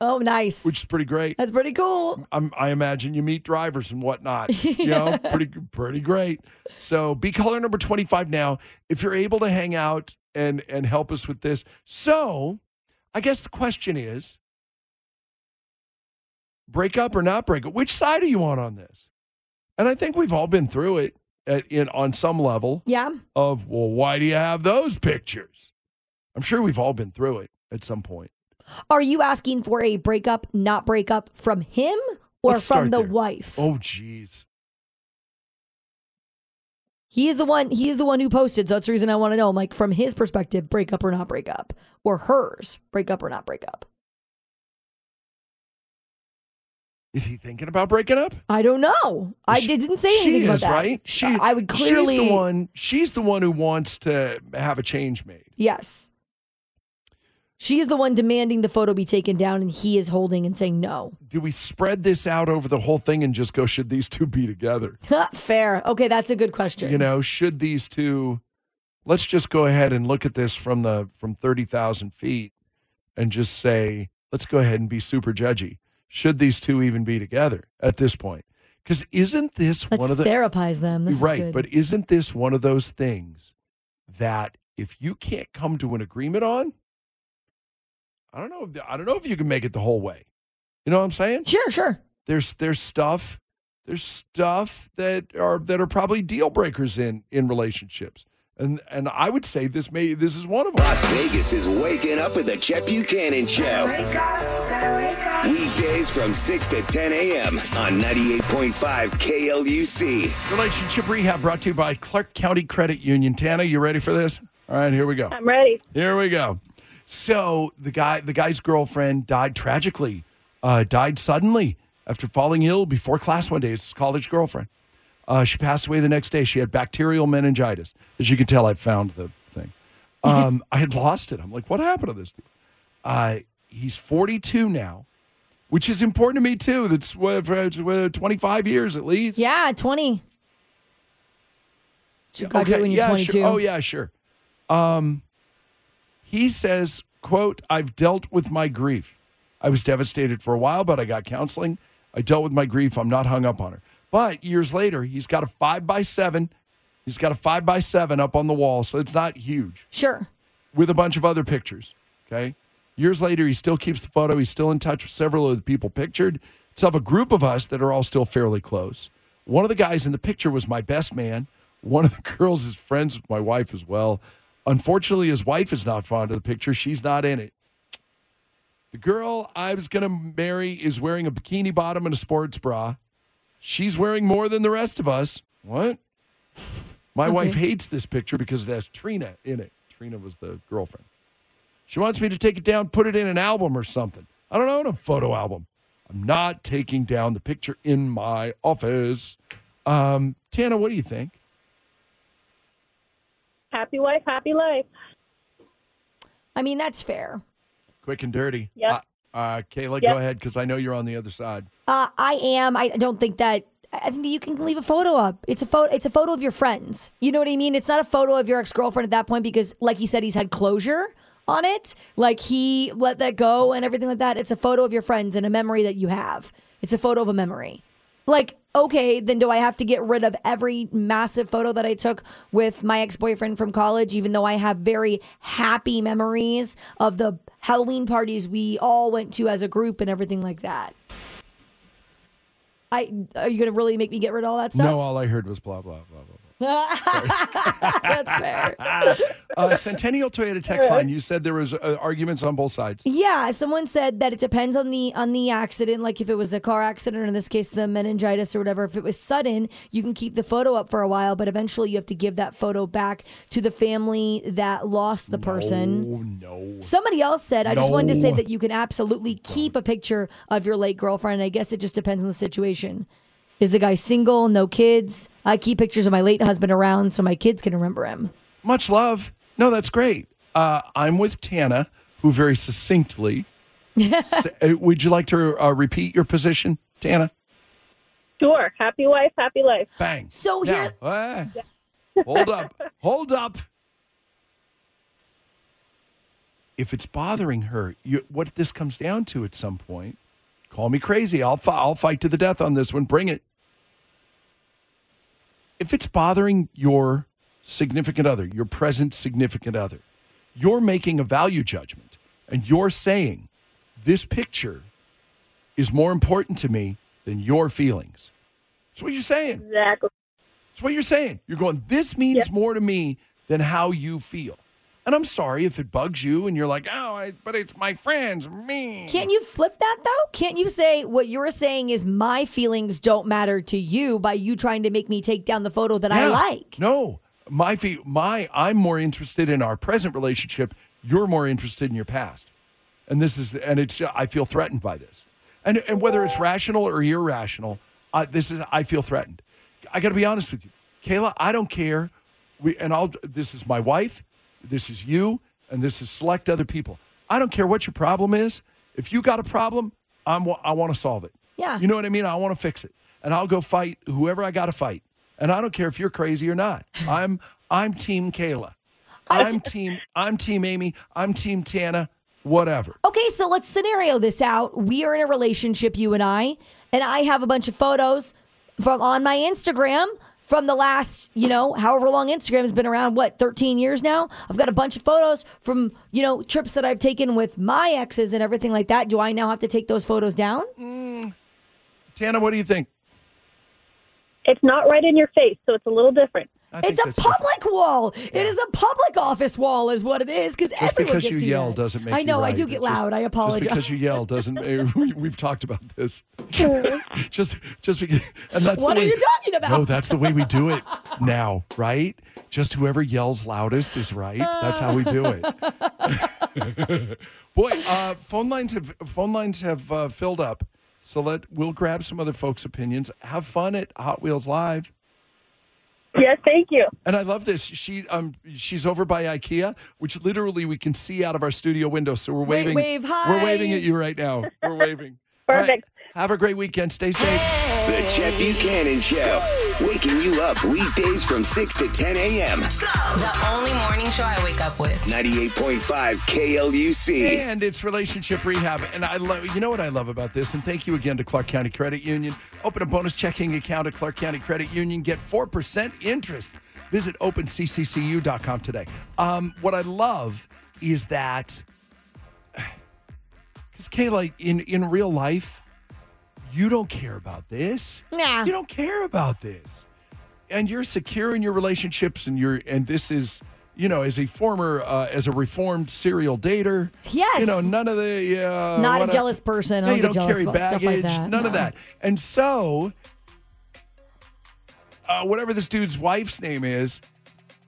Oh, nice.
which is pretty great.
That's pretty cool.
I'm, I imagine you meet drivers and whatnot. You know, pretty pretty great. So be caller number 25 now if you're able to hang out and and help us with this. So, I guess the question is, break up or not break up? Which side are you on on this? And I think we've all been through it at, in on some level
Yeah.
of well, why do you have those pictures? I'm sure we've all been through it at some point.
Are you asking for a breakup, not breakup from him or
Let's
from
start
the
there.
wife?
Oh, geez.
He is the one. He is the one who posted. So that's the reason I want to know. I'm like from his perspective, break up or not break up, or hers, break up or not break up.
Is he thinking about breaking up?
I don't know. I didn't say
she
anything about
is,
that.
Right? She,
I would clearly.
She's the one. She's the one who wants to have a change made.
Yes. She is the one demanding the photo be taken down, and he is holding and saying no.
Do we spread this out over the whole thing and just go? Should these two be together?
Fair. Okay, that's a good question.
You know, should these two? Let's just go ahead and look at this from the from thirty thousand feet, and just say, let's go ahead and be super judgy. Should these two even be together at this point? Because isn't this
let's
one of the
therapize them. Um, This is
right,
good.
but isn't this one of those things that if you can't come to an agreement on, I don't know. I don't know if you can make it the whole way. You know what I'm saying?
sure, sure.
There's there's stuff there's stuff that are that are probably deal breakers in in relationships, and and I would say this may this is one of them.
Las Vegas is waking up with the Chet Buchanan Show. Weekdays from 6 to 10 a.m. on 98.5 KLUC.
Relationship rehab brought to you by Clark County Credit Union. Tana, you ready for this? All right, here we go.
I'm ready.
Here we go. So the guy, the guy's girlfriend died tragically, uh, died suddenly after falling ill before class one day. It's his college girlfriend. Uh, she passed away the next day. She had bacterial meningitis. As you can tell, I found the thing. Um, I had lost it. I'm like, what happened to this? Dude? Uh, he's 42 now, which is important to me too. That's what, for, uh, 25 years at least.
Yeah, 20.
Yeah,
You graduate when you're
yeah,
22.
Sure. Oh yeah, sure. Um, he says, "quote I've dealt with my grief. I was devastated for a while, but I got counseling. I dealt with my grief. I'm not hung up on her." But years later, he's got a five by seven. He's got a five by seven up on the wall, so it's not huge.
Sure.
With a bunch of other pictures. Okay. Years later, he still keeps the photo. He's still in touch with several of the people pictured. It's of a group of us that are all still fairly close. One of the guys in the picture was my best man. One of the girls is friends with my wife as well. Unfortunately, his wife is not fond of the picture. She's not in it. The girl I was going to marry is wearing a bikini bottom and a sports bra. She's wearing more than the rest of us. What? My wife hates this picture because it has Trina in it. Trina was the girlfriend. She wants me to take it down, put it in an album or something. I don't own a photo album. I'm not taking down the picture in my office. Um, Tana, what do you think?
Happy wife, happy life.
I mean, that's fair.
Quick and dirty.
Yep.
Uh, uh, Kayla,
Yep.
go ahead because I know you're on the other side.
Uh, I am. I don't think that. I think that you can leave a photo up. It's a photo. It's a photo of your friends. You know what I mean. It's not a photo of your ex girlfriend at that point because, like he said, he's had closure on it. Like he let that go and everything like that. It's a photo of your friends and a memory that you have. It's a photo of a memory. Like okay, then do I have to get rid of every massive photo that I took with my ex boyfriend from college? Even though I have very happy memories of the Halloween parties we all went to as a group and everything like that. I are you gonna really make me get rid of all that
No,
stuff?
all I heard was blah, blah, blah, blah.
That's fair.
Uh, Centennial Toyota text line. You said there was uh, arguments on both sides.
Yeah, someone said that it depends on the on the accident. Like if it was a car accident, or in this case, the meningitis or whatever. If it was sudden, you can keep the photo up for a while, but eventually you have to give that photo back to the family that lost the person.
Oh no.
Somebody else said, I just wanted to say
No.
that you can absolutely keep a picture of your late girlfriend. I guess it just depends on the situation. Is the guy single, no kids? I keep pictures of my late husband around so my kids can remember him.
Much love. No, that's great. Uh, I'm with Tana, who very succinctly. s- uh, would you like to uh, repeat your position, Tana?
Sure. Happy wife, happy life.
Bang.
So
Now,
here-
eh, hold up. Hold up. If it's bothering her, you, what this comes down to at some point, call me crazy. I'll, fi- I'll fight to the death on this one. Bring it. If it's bothering your significant other, your present significant other, you're making a value judgment and you're saying, this picture is more important to me than your feelings. That's what you're saying.
Exactly.
That's what you're saying. You're going, this means more to me than how you feel. And I'm sorry if it bugs you and you're like, oh, I, but it's my friends, me.
Can't you flip that though? Can't you say what you're saying is my feelings don't matter to you by you trying to make me take down the photo that I
Yeah.
like?
No, my fee, my I'm more interested in our present relationship. You're more interested in your past, and this is and it's I feel threatened by this, and and whether it's rational or irrational, I, this is I feel threatened. I got to be honest with you, Kayla. I don't care. We and I'll. This is my wife. This is you, and this is select other people. I don't care what your problem is. If you got a problem, I'm wa- I want to solve it.
Yeah.
You know what I mean? I want to fix it. And I'll go fight whoever I got to fight. And I don't care if you're crazy or not. I'm I'm team Kayla. I'm team I'm team Amy. I'm team Tana. Whatever.
Okay, so let's scenario this out. We are in a relationship, you and I, and I have a bunch of photos from on my Instagram from the last, you know, however long Instagram has been around, what, 13 years now? I've got a bunch of photos from, you know, trips that I've taken with my exes and everything like that. Do I now have to take those photos down?
Tana, what do you think?
It's not right in your face, so it's a little different.
It's a public wall. It is a public office wall, is what it is, because
Just
everyone
because
gets
you
to
yell
that.
doesn't make
I
you
know I
right.
do get
It just-
loud. I
Just
apologize.
because you yell doesn't eh, we, we've talked about this. just just because and that's the
What are
way-
you talking about?
No, that's the way we do it now, right? Just whoever yells loudest is right. That's how we do it. Boy, uh, phone lines have phone lines have uh, filled up. So let we'll grab some other folks' opinions. Have fun at Hot Wheels Live.
Yes, thank you.
And I love this. She um she's over by IKEA, which literally we can see out of our studio window. So we're
Wait,
waving.
wave, hi.
We're waving at you right now. We're waving. All right.
Perfect.
Have a great weekend. Stay safe.
The Chet Buchanan Show. Waking you up weekdays from 6 to 10 a.m.
The only morning show I wake up with.
98.5 KLUC.
And it's relationship rehab. And I love, you know what I love about this? And thank you again to Clark County Credit Union. Open a bonus checking account at Clark County Credit Union. Get 4% interest. Visit opencccu.com today. Um, what I love is that, because Kayla, in, in real life, you don't care about this.
Nah.
You don't care about this. And you're secure in your relationships and you're, and this is, you know, as a former, uh, as a reformed serial dater,
Yes.
you know, none of the uh,
Not a
what
jealous person.
No,
I don't
you
get
don't
jealous
carry
about stuff like
baggage.
that.
None of
No.
that. And so, uh, whatever this dude's wife's name is,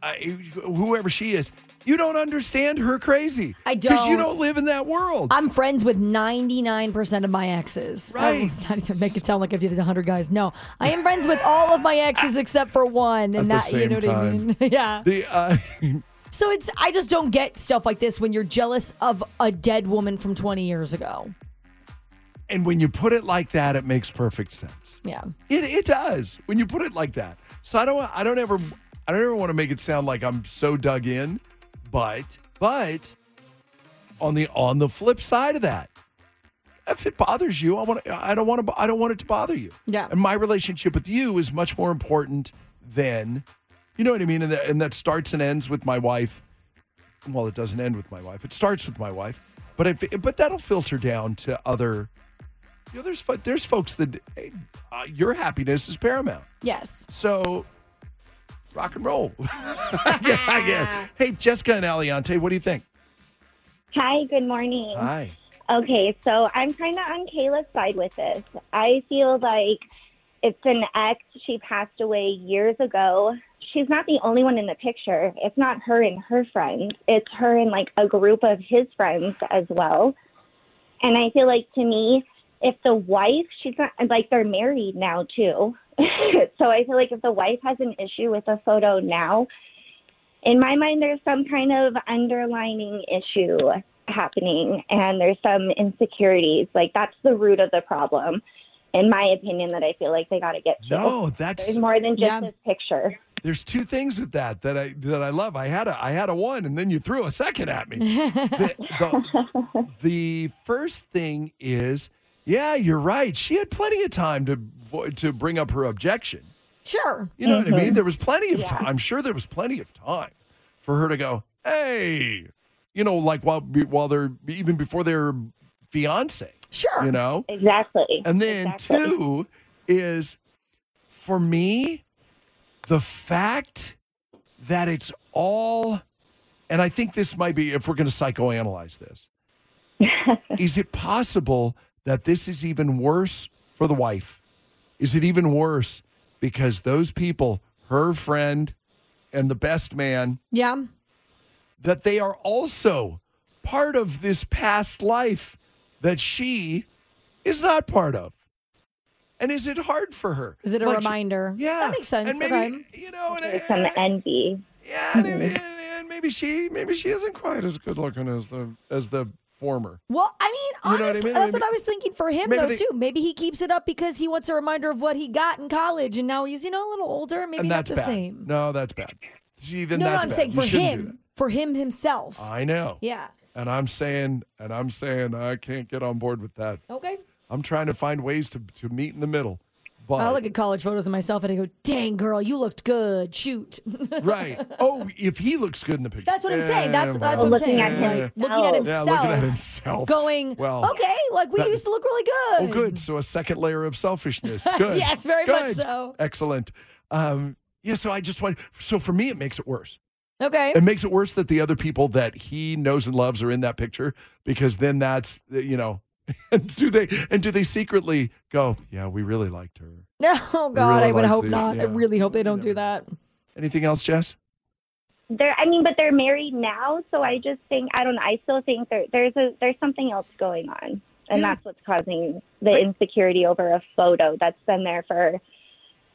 uh, whoever she is, you don't understand her crazy.
I
because you
don't.
don't live in that world.
I'm friends with 99% of my exes. Oh,
Right.
I, I make it sound like I've dated 100 guys. No, I am friends with all of my exes except for one. And
At the
that, you
same
know what I mean?
time.
yeah.
the uh,
So it's, I just don't get stuff like this when you're jealous of a dead woman from 20 years ago.
and when you put it like that, it makes perfect sense.
Yeah.
It, it does when you put it like that. So I don't I don't ever I don't ever want to make it sound like I'm so dug in, but but on the on the flip side of that, if it bothers you, I want I don't want to I don't want it to bother you.
Yeah.
And my relationship with you is much more important than you know what I mean, and that, and that starts and ends with my wife. Well, it doesn't end with my wife. It starts with my wife, but if but that'll filter down to other. You know, there's fo- there's folks that hey, uh, your happiness is paramount.
Yes.
So, rock and roll. yeah, I get. it. Hey, Jessica and Aliante, what do you think?
Hi, good morning.
Hi.
Okay, so I'm kind of on Kayla's side with this. I feel like it's an ex. She passed away years ago. She's not the only one in the picture. It's not her and her friends, it's her and like a group of his friends as well. And I feel like to me, if the wife, she's not like they're married now too. so I feel like if the wife has an issue with a photo now, in my mind, there's some kind of underlining issue happening, and there's some insecurities. Like that's the root of the problem, in my opinion. That I feel like they got to get. to.
Oh,
No, that's-
there's more than just
Yeah.
this picture.
There's two things with that that I that I love. I had a I had a one, and then you threw a second at me. the, the, the first thing is, yeah, you're right. She had plenty of time to vo- to bring up her objection.
Sure.
You know what I mean? There was plenty of time. I'm sure there was plenty of time for her to go, hey, you know, like while be- while they're even before their fiance.
Sure.
You know?
Exactly.
And then two is for me, the fact that it's all and I think this might be if we're gonna psychoanalyze this. is it possible that this is even worse for the wife? Is it even worse because those people, her friend and the best man,
Yeah.
that they are also part of this past life that she is not part of? And is it hard for her?
Is it a
Like she-
reminder?
yeah.
That makes sense.
And maybe,
Okay.
you know, and,
There's some envy. Mm-hmm.
yeah, and, and- and maybe she maybe she isn't quite as good looking as the as the former.
Well, I mean,
You know what I
honestly,
mean?
that's what
Maybe-
I was thinking for him
maybe
though
they-
too. Maybe he keeps it up because he wants a reminder of what he got in college, and now he's you know a little older. Maybe
and
not
that's
the
bad.
same.
No, that's bad. See, then
no, no,
that's
I'm
bad.
saying
You
for
shouldn't do
him, for him himself.
that. I know.
yeah.
And I'm saying, and I'm saying, I can't get on board with that.
Okay.
I'm trying to find ways to to meet in the middle. But
I look at college photos of myself and I go, "Dang, girl, you looked good." Shoot.
right. Oh, if he looks good in the picture.
That's what I'm saying. That's
Eh,
that's
well,
what I'm saying.
eh.
Like looking at himself.
Yeah, looking at himself.
Going.
Well,
okay. Like we
that-
used to look really
Oh,
good.
good. So a second layer of selfishness. Good.
Yes, very much
Good.
so.
Excellent. Um, yeah. So I just want. So for me, it makes it worse.
Okay.
It makes it worse that the other people that he knows and loves are in that picture because then that's uh, you know, and do they and do they secretly go? Yeah, we really liked her.
No, oh, God, I would
like
hope
the-
not. I
yeah.
really hope they don't do that.
Anything else, Jess?
They're, I mean, but they're married now, so I just think I don't know. I still think there, there's a there's something else going on, and that's what's causing the insecurity over a photo that's been there for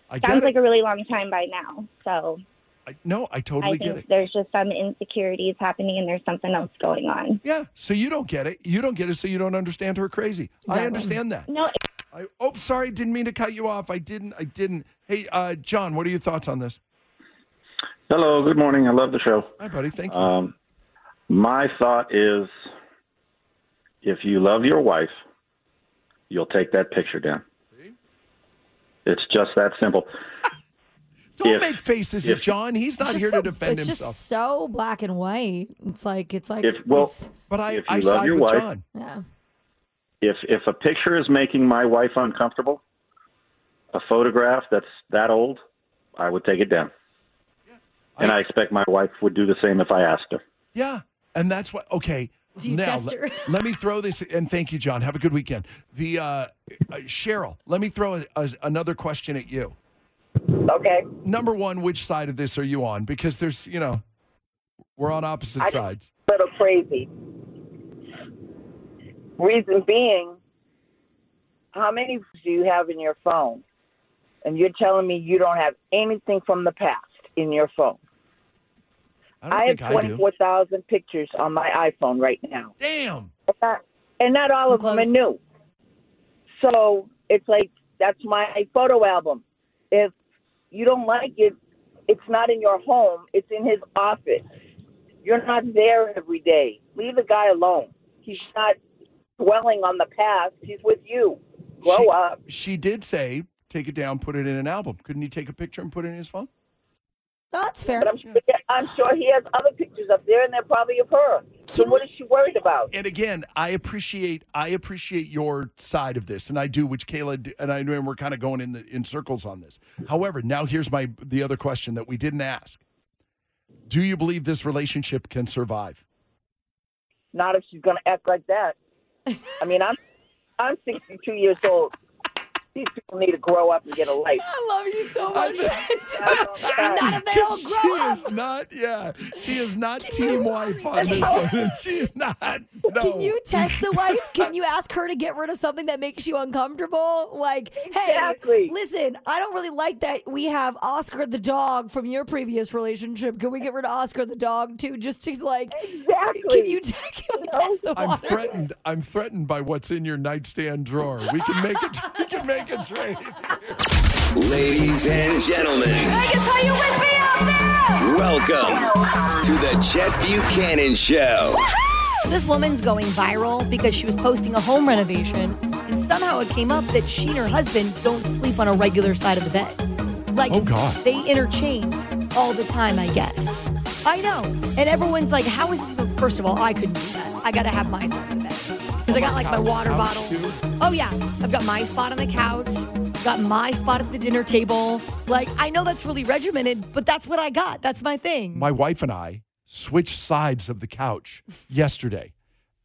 I get
sounds
it.
like a really long time by now. So
I, no, I totally
I think
get it.
there's just some insecurities happening and there's something else going on.
Yeah. So you don't get it. You don't get it. So you don't understand her crazy. I understand that.
No.
I, oh, sorry. Didn't mean to cut you off. I didn't. I didn't. Hey, uh, John, what are your thoughts on this?
Hello, good morning. I love the show.
Hi, buddy. Thank you.
Um, my thought is if you love your wife, you'll take that picture down. It's just that simple.
Don't
if-
make faces
if-
at John. He's
It's
not
just
here
so-
to defend
it's
himself.
just so black and white. It's like it's like
If- well,
it's-
but I,
if you I love side your with wife- John.
Yeah.
If if a picture is making my wife uncomfortable, a photograph that's that old, I would take it down. And I expect my wife would do the same if I asked her.
Yeah, and that's what. Okay,
Do you
now
test
let,
her?
let me throw this. And thank you, John. Have a good weekend. The uh, uh, Cheryl, let me throw a, a, another question at you.
Okay.
Number one, which side of this are you on? Because there's, you know, we're on opposite
I-
sides.
little crazy. Reason being, how many do you have in your phone? And you're telling me you don't have anything from the past in your phone.
I, don't
have
think I do.
24,000 pictures on my iPhone right now.
Damn.
And not, and not all of them are
Close.
new. So it's like, that's my photo album. If you don't like it, it's not in your home, it's in his office. You're not there every day. Leave the guy alone. He's not dwelling on the past. He's with you. Grow
she,
up.
She did say, take it down, put it in an album. Couldn't he take a picture and put it in his phone?
That's fair.
But I'm sure, I'm sure he has other pictures up there, and they're probably of her. So what is she worried about?
And again, I appreciate I appreciate your side of this, and I do, which Kayla d- and I know, and we're kind of going in the in circles on this. However, now here's my the other question that we didn't ask: Do you believe this relationship can survive?
Not if she's going to act like that. I mean, I'm I'm 62 years old. These people need to grow up and get a life.
I love you so
I
much.
know.
It's just- not if they all grow
she
up.
is not. Yeah, she is not team wife on this one. She is not. No.
Can you test the wife? Can you ask her to get rid of something that makes you uncomfortable? Like,
Exactly.
hey, listen, I don't really like that we have Oscar the dog from your previous relationship. Can we get rid of Oscar the dog too? Just to like,
Exactly.
can you, t- can we test the
I'm
water?
threatened. I'm threatened by what's in your nightstand drawer. We can make it. We can make a trade.
Ladies and gentlemen,
Vegas, are you with me out there?
welcome to the Chet Buchanan Show.
So this woman's going viral because she was posting a home renovation, and somehow it came up that she and her husband don't sleep on a regular side of the bed. Like,
Oh, God.
they interchange all the time, I guess. I know. And everyone's like, how is this? even-" First of all, I couldn't do that. I got to have my side of the bed. Because I got like my water
Couch
bottle.
too?
Oh, yeah. I've got my spot on the couch, got my spot at the dinner table. Like, I know that's really regimented, but that's what I got. That's my thing.
My wife and I switched sides of the couch yesterday,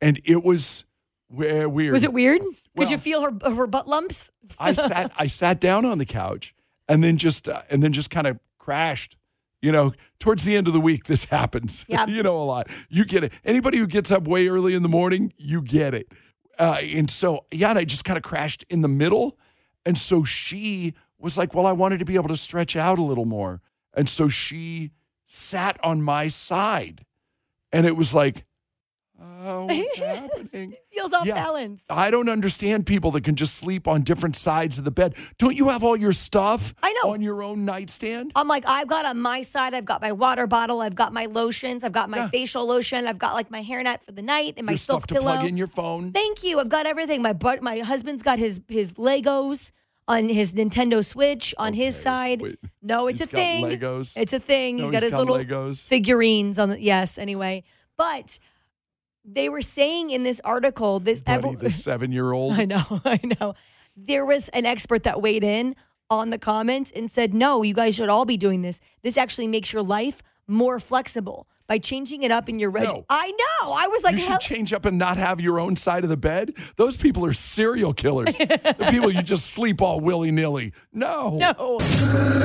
and it was we- weird.
Was it weird? Could
Well-
you feel her her butt lumps?
I sat I sat down on the couch and then just uh, and then just kind of crashed. You know, towards the end of the week, this happens.
Yeah.
you know, a lot. You get it. Anybody who gets up way early in the morning, you get it. Uh, and so, yeah, and I just kind of crashed in the middle. And so she was like, "Well, I wanted to be able to stretch out a little more." And so she sat on my side, and it was like, "Oh, what's happening?"
Feels off
Yeah.
balance.
I don't understand people that can just sleep on different sides of the bed. Don't you have all your stuff
I know.
on your own nightstand?
I'm like, I've got on my side, I've got my water bottle, I've got my lotions, I've got my
Yeah.
facial lotion, I've got like my hairnet for the night and my
your
silk
stuff to
pillow.
plug in your phone.
Thank you. I've got everything. My but my husband's got his his Legos on his Nintendo Switch on his side.
wait.
No, it's
He's
a
got
thing.
Legos?
It's a thing.
No,
he's got
he's
his
got
little
Legos.
figurines on the yes, anyway. But they were saying in this article this
Buddy,
every-
the seven-year-old.
I know, I know. There was an expert that weighed in on the comments and said, no, you guys should all be doing this. This actually makes your life more flexible by changing it up in your reg.
No.
I know. I was like,
you should
hell-
change up and not have your own side of the bed. Those people are serial killers. the people you just sleep all willy nilly. No.
no.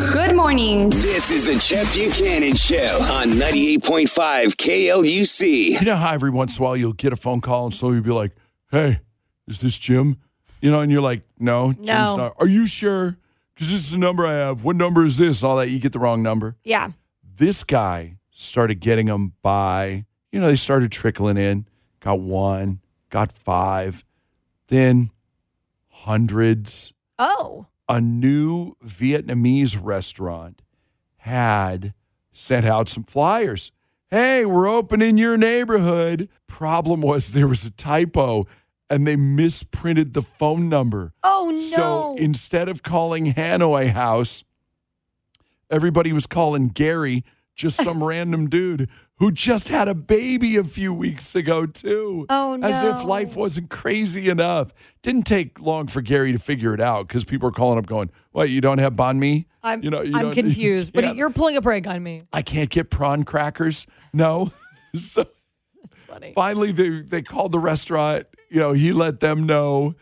Good morning.
This is the Chet Buchanan Show on 98.5 KLUC.
You know how every once in a while you'll get a phone call and so you'll be like, hey, is this Jim? You know, and you're like, no, Jim's
No.
not. Are you sure? because this is the number I have. What number is this? All that. You get the wrong number.
Yeah.
This guy started getting them by, you know, they started trickling in. Got one, got five, then hundreds.
Oh.
A new Vietnamese restaurant had sent out some flyers. Hey, we're opening your neighborhood. Problem was there was a typo and they misprinted the phone number.
Oh no.
So instead of calling Hanoi House, everybody was calling Gary, just some random dude who just had a baby a few weeks ago too.
Oh no.
As if life wasn't crazy enough. Didn't take long for Gary to figure it out because people are calling up going, "What? You don't have banh mi?
I'm,
you know, you
I'm
don't-
confused,
yeah.
but you're pulling a prank on me.
I can't get prawn crackers. No. so
funny.
Finally, they they called the restaurant. You know, he let them know.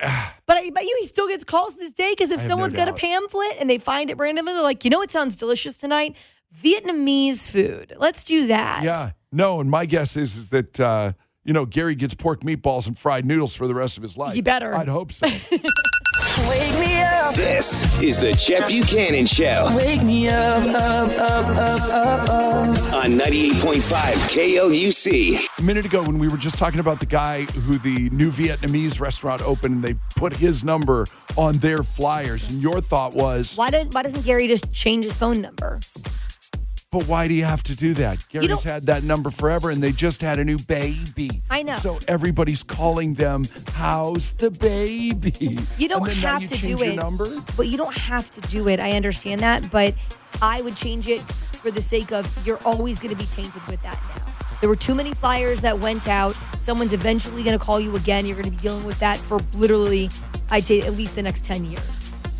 But I bet you he still gets calls to this day because
I
if
have no
someone's got a
doubt.
pamphlet and they find it randomly, they're like, you know what sounds delicious tonight? Vietnamese food. Let's do that.
Yeah. No, and my guess is, is that uh, you know Gary gets pork meatballs and fried noodles for the rest of his life.
You better.
I'd hope so.
Wake me up.
This is the Chet Buchanan Show
Wake me up, up, up, up, up, up.
on 98.5 KLUC.
a minute ago, when we were just talking about the guy who the new Vietnamese restaurant opened, and they put his number on their flyers, and your thought was,
Why don't why doesn't Gary just change his phone number?
but why do you have to do that? Gary's
don't-
had that number forever, and they just had a new baby.
I know.
So everybody's calling them, "How's the baby?"
You don't
And then now
have
you
to
change
do
your
it.
Number.
But you don't have to do it. I understand that, but I would change it for the sake of you're always going to be tainted with that now. There were too many flyers that went out. Someone's eventually going to call you again. You're going to be dealing with that for literally, I'd say, at least the next 10 years.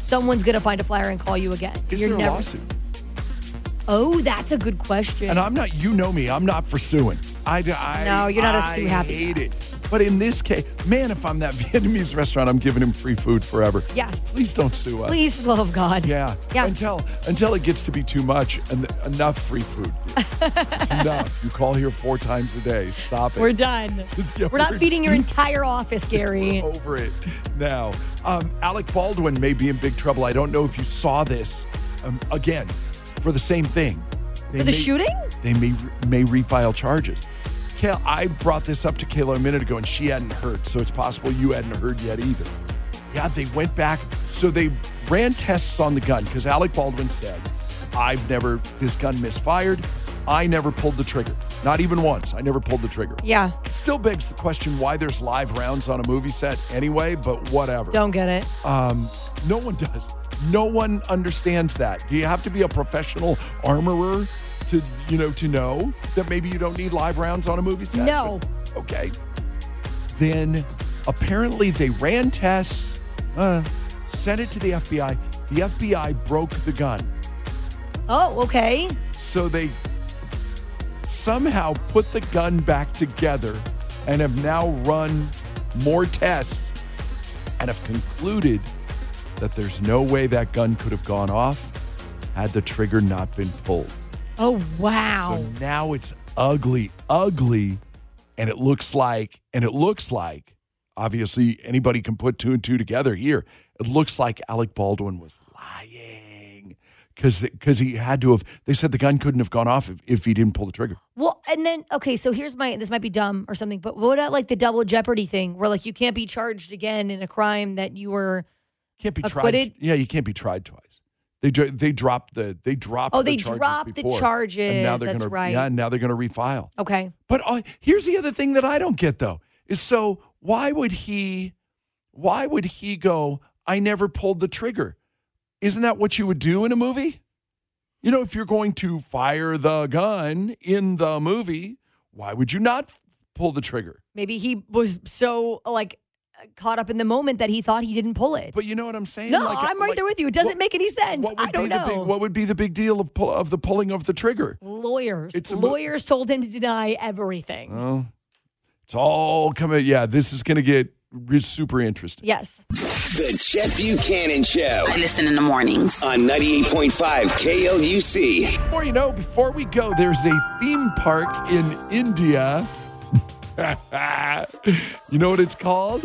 Someone's going to find a flyer and call you again.
Is
you're
there
never.
a lawsuit?
Oh, that's a good question.
And I'm not, you know me, I'm not for suing. I, I
No, you're not a
I
sue happy
hate it. But in this case, man, if I'm that Vietnamese restaurant, I'm giving him free food forever.
Yeah.
Please don't sue us.
Please, for the love of God.
Yeah.
Yeah.
Until until it gets to be too much and th- enough free food. it's enough. You call here four times a day. Stop it.
We're done.
Yeah,
We're not
we're-
feeding your entire office, Gary.
We're over it now. Um, Alec Baldwin may be in big trouble. I don't know if you saw this um, again for the same thing. They
For the shooting?
They may may refile charges. Kayla, I brought this up to Kayla a minute ago, and she hadn't heard, so it's possible you hadn't heard yet either. Yeah, they went back, so they ran tests on the gun because Alec Baldwin said, "I've never this gun misfired. I never pulled the trigger, not even once. I never pulled the trigger."
Yeah.
Still begs the question why there's live rounds on a movie set anyway, but whatever.
Don't get it.
Um, no one does. No one understands that. Do you have to be a professional armorer to, you know, to know that maybe you don't need live rounds on a movie set?
No.
But- okay. Then apparently they ran tests, uh, sent it to the FBI. The FBI broke the gun.
Oh, okay.
So they somehow put the gun back together and have now run more tests and have concluded that there's no way that gun could have gone off had the trigger not been pulled.
Oh, wow.
So now it's ugly, ugly, and it looks like, and it looks like, obviously anybody can put two and two together here. It looks like Alec Baldwin was lying because because he had to have. They said the gun couldn't have gone off if, if he didn't pull the trigger.
Well, and then okay, so here's my this might be dumb or something, but what about like the double jeopardy thing where like you can't be charged again in a crime that you were
Can't be
Acquitted?
tried. Yeah, you can't be tried twice. They dro- they dropped the they dropped.
Oh,
the
they
charges
dropped the
before,
charges.
And now they're
That's
gonna,
right.
Yeah, now they're going to refile.
okay.
But uh, here's the other thing that I don't get though is so why would he why would he go I never pulled the trigger? Isn't that what you would do in a movie? You know, if you're going to fire the gun in the movie, why would you not f- pull the trigger?
Maybe he was so like caught up in the moment that he thought he didn't pull it.
But you know what I'm saying?
no,
Like,
I'm right
like,
there with you. It doesn't
what-
make any sense.
what would
I don't
be the
know.
big- what would be the big deal of pull, of the pulling of the trigger?
lawyers,
It's a mo-
lawyers told him to deny everything.
Well, it's all coming. Yeah, this is going to get re- super interesting.
yes.
The Chet Buchanan Show
I listen in the mornings.
on 98.5 KLUC.
More you know, before we go, there's a theme park in India. you know what it's called?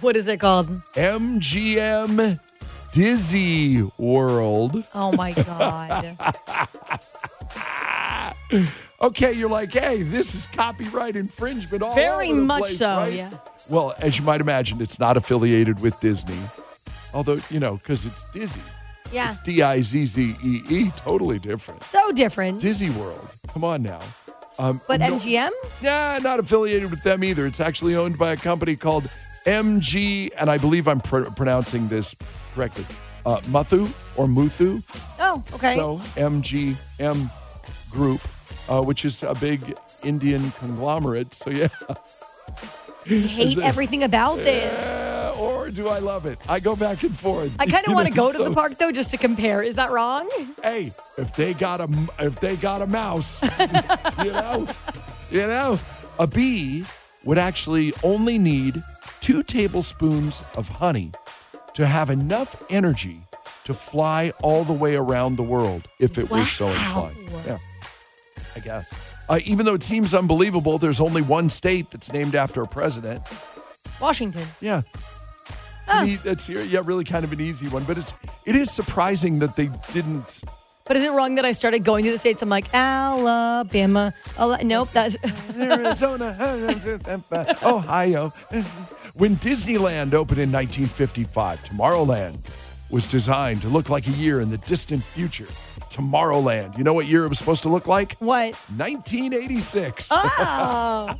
What is it called?
MGM Dizzy World.
Oh my God.
okay, you're like, hey, this is copyright infringement all
Very
over the
much
place,
so,
right?
yeah.
Well, as you might imagine, it's not affiliated with Disney, although you know because it's Dizzy.
Yeah.
It's D I Z Z E E. Totally different.
So different.
Dizzy World. Come on now. Um,
But
no-
MGM?
Nah, not affiliated with them either. It's actually owned by a company called MG, and I believe I'm pr- pronouncing this correctly. Uh, Muthu or Muthu.
Oh, okay.
So MGM Group, uh, which is a big Indian conglomerate. So yeah.
I hate everything about this.
Uh, or do I love it? I go back and forth.
I kind
you
of want to
know,
go to
so-
the park though, just to compare. Is that wrong?
Hey, if they got a m- if they got a mouse, you know, you know, a bee would actually only need two tablespoons of honey to have enough energy to fly all the way around the world if it were so
Wow.
inclined. Yeah, I guess. Uh, even though it seems unbelievable, there's only one state that's named after a president.
Washington.
Yeah. It's an e- That's yeah, really kind of an easy one, but it's it is surprising that they didn't
But is it wrong that I started going through the states? I'm like Alabama. Ala- nope, that's
Arizona, Ohio. When Disneyland opened in 1955, Tomorrowland was designed to look like a year in the distant future. Tomorrowland. You know what year it was supposed to look like?
What?
1986.
Oh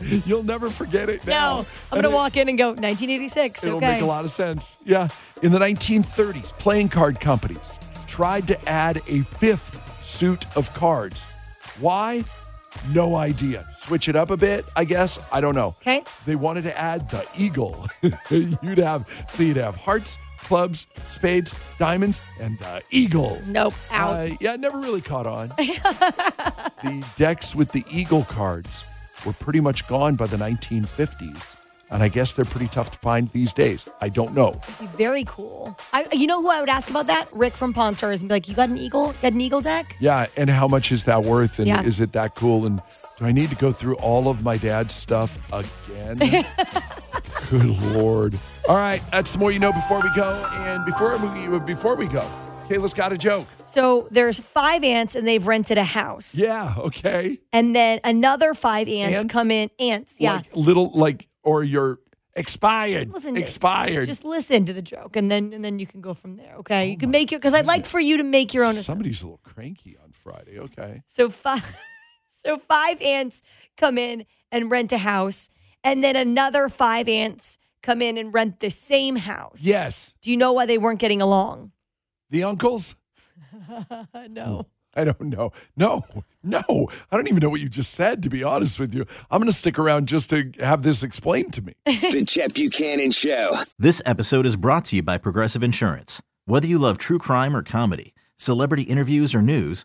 You'll never forget it now.
no! I'm gonna walk in and go 1986.
It'll
okay.
make a lot of sense. Yeah. In the 1930s, playing card companies tried to add a fifth suit of cards. Why? No idea. Switch it up a bit, I guess. I don't know.
Okay.
They wanted to add the eagle. you'd have so you'd have hearts, clubs, spades, diamonds, and the eagle.
Nope. Out.
Uh, yeah, it never really caught on. the decks with the eagle cards were pretty much gone by the 1950s, and I guess they're pretty tough to find these days. I don't know.
Be Very cool. I, you know who I would ask about that? Rick from Pawn Stars and be like, "You got an eagle? You got an eagle deck?
Yeah, and how much is that worth? And
Yeah.
is it that cool? And do I need to go through all of my dad's stuff again? Good lord! All right, that's the more you know before we go, and before we before we go, Kayla's got a joke.
So there's five ants and they've rented a house,
Yeah, okay.
and then another five ants,
Ants?
come in. Ants, yeah.
Like little like or you're expired.
listen to-
expired.
Just listen to the joke, and then and then you can go from there. Okay, you
Oh
can make your because I'd like for you to make your own.
Somebody's a little cranky on Friday. Okay.
So five, so five ants come in and rent a house, and then another five ants come in and rent the same house.
Yes.
Do you know why they weren't getting along?
The uncles?
no.
I don't know. No, no. I don't even know what you just said, to be honest with you. I'm going to stick around just to have this explained to me.
The Chet Buchanan Show.
This episode is brought to you by Progressive Insurance. Whether you love true crime or comedy, celebrity interviews or news,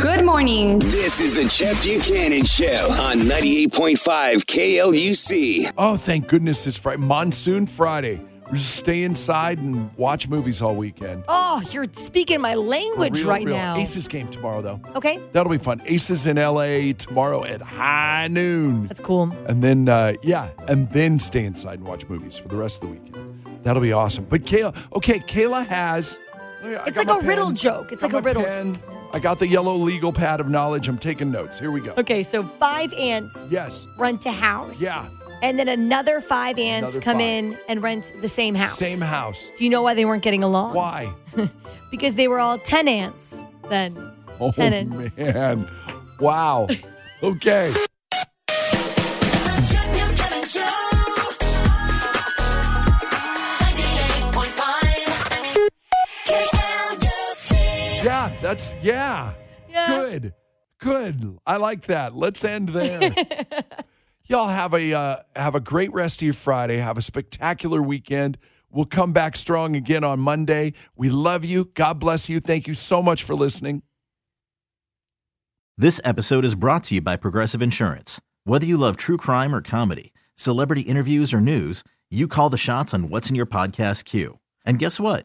Good morning.
This is the Chet Buchanan Show on 98.5 KLUC.
Oh, thank goodness it's Friday. Monsoon Friday. stay inside and watch movies all weekend.
Oh, you're speaking my
For
language
real,
Oh, right
real.
now.
Aces game tomorrow though.
Okay.
That'll be fun. Aces in LA tomorrow at high noon.
That's cool.
And then, uh, yeah, and then stay inside and watch movies for the rest of the weekend. That'll be awesome. But Kayla, okay, Kayla has.
It's like a riddle joke. It's like a riddle.
I got the yellow legal pad of knowledge. I'm taking notes. Here we go.
Okay, so five ants
Yes.
rent a house.
Yeah.
And then another five ants
Another
come
five.
in and rent the same house.
Same house.
Do you know why they weren't getting along?
Why?
Because they were all ten ants then.
Oh
Tenants.
man! Wow. Okay. Yeah, that's yeah. Good. Good. I like that. Let's end there. Y'all have a uh, have a great rest of your Friday. Have a spectacular weekend. We'll come back strong again on Monday. We love you. God bless you. Thank you so much for listening.
This episode is brought to you by Progressive Insurance. Whether you love true crime or comedy, celebrity interviews or news, you call the shots on what's in your podcast queue. And guess what?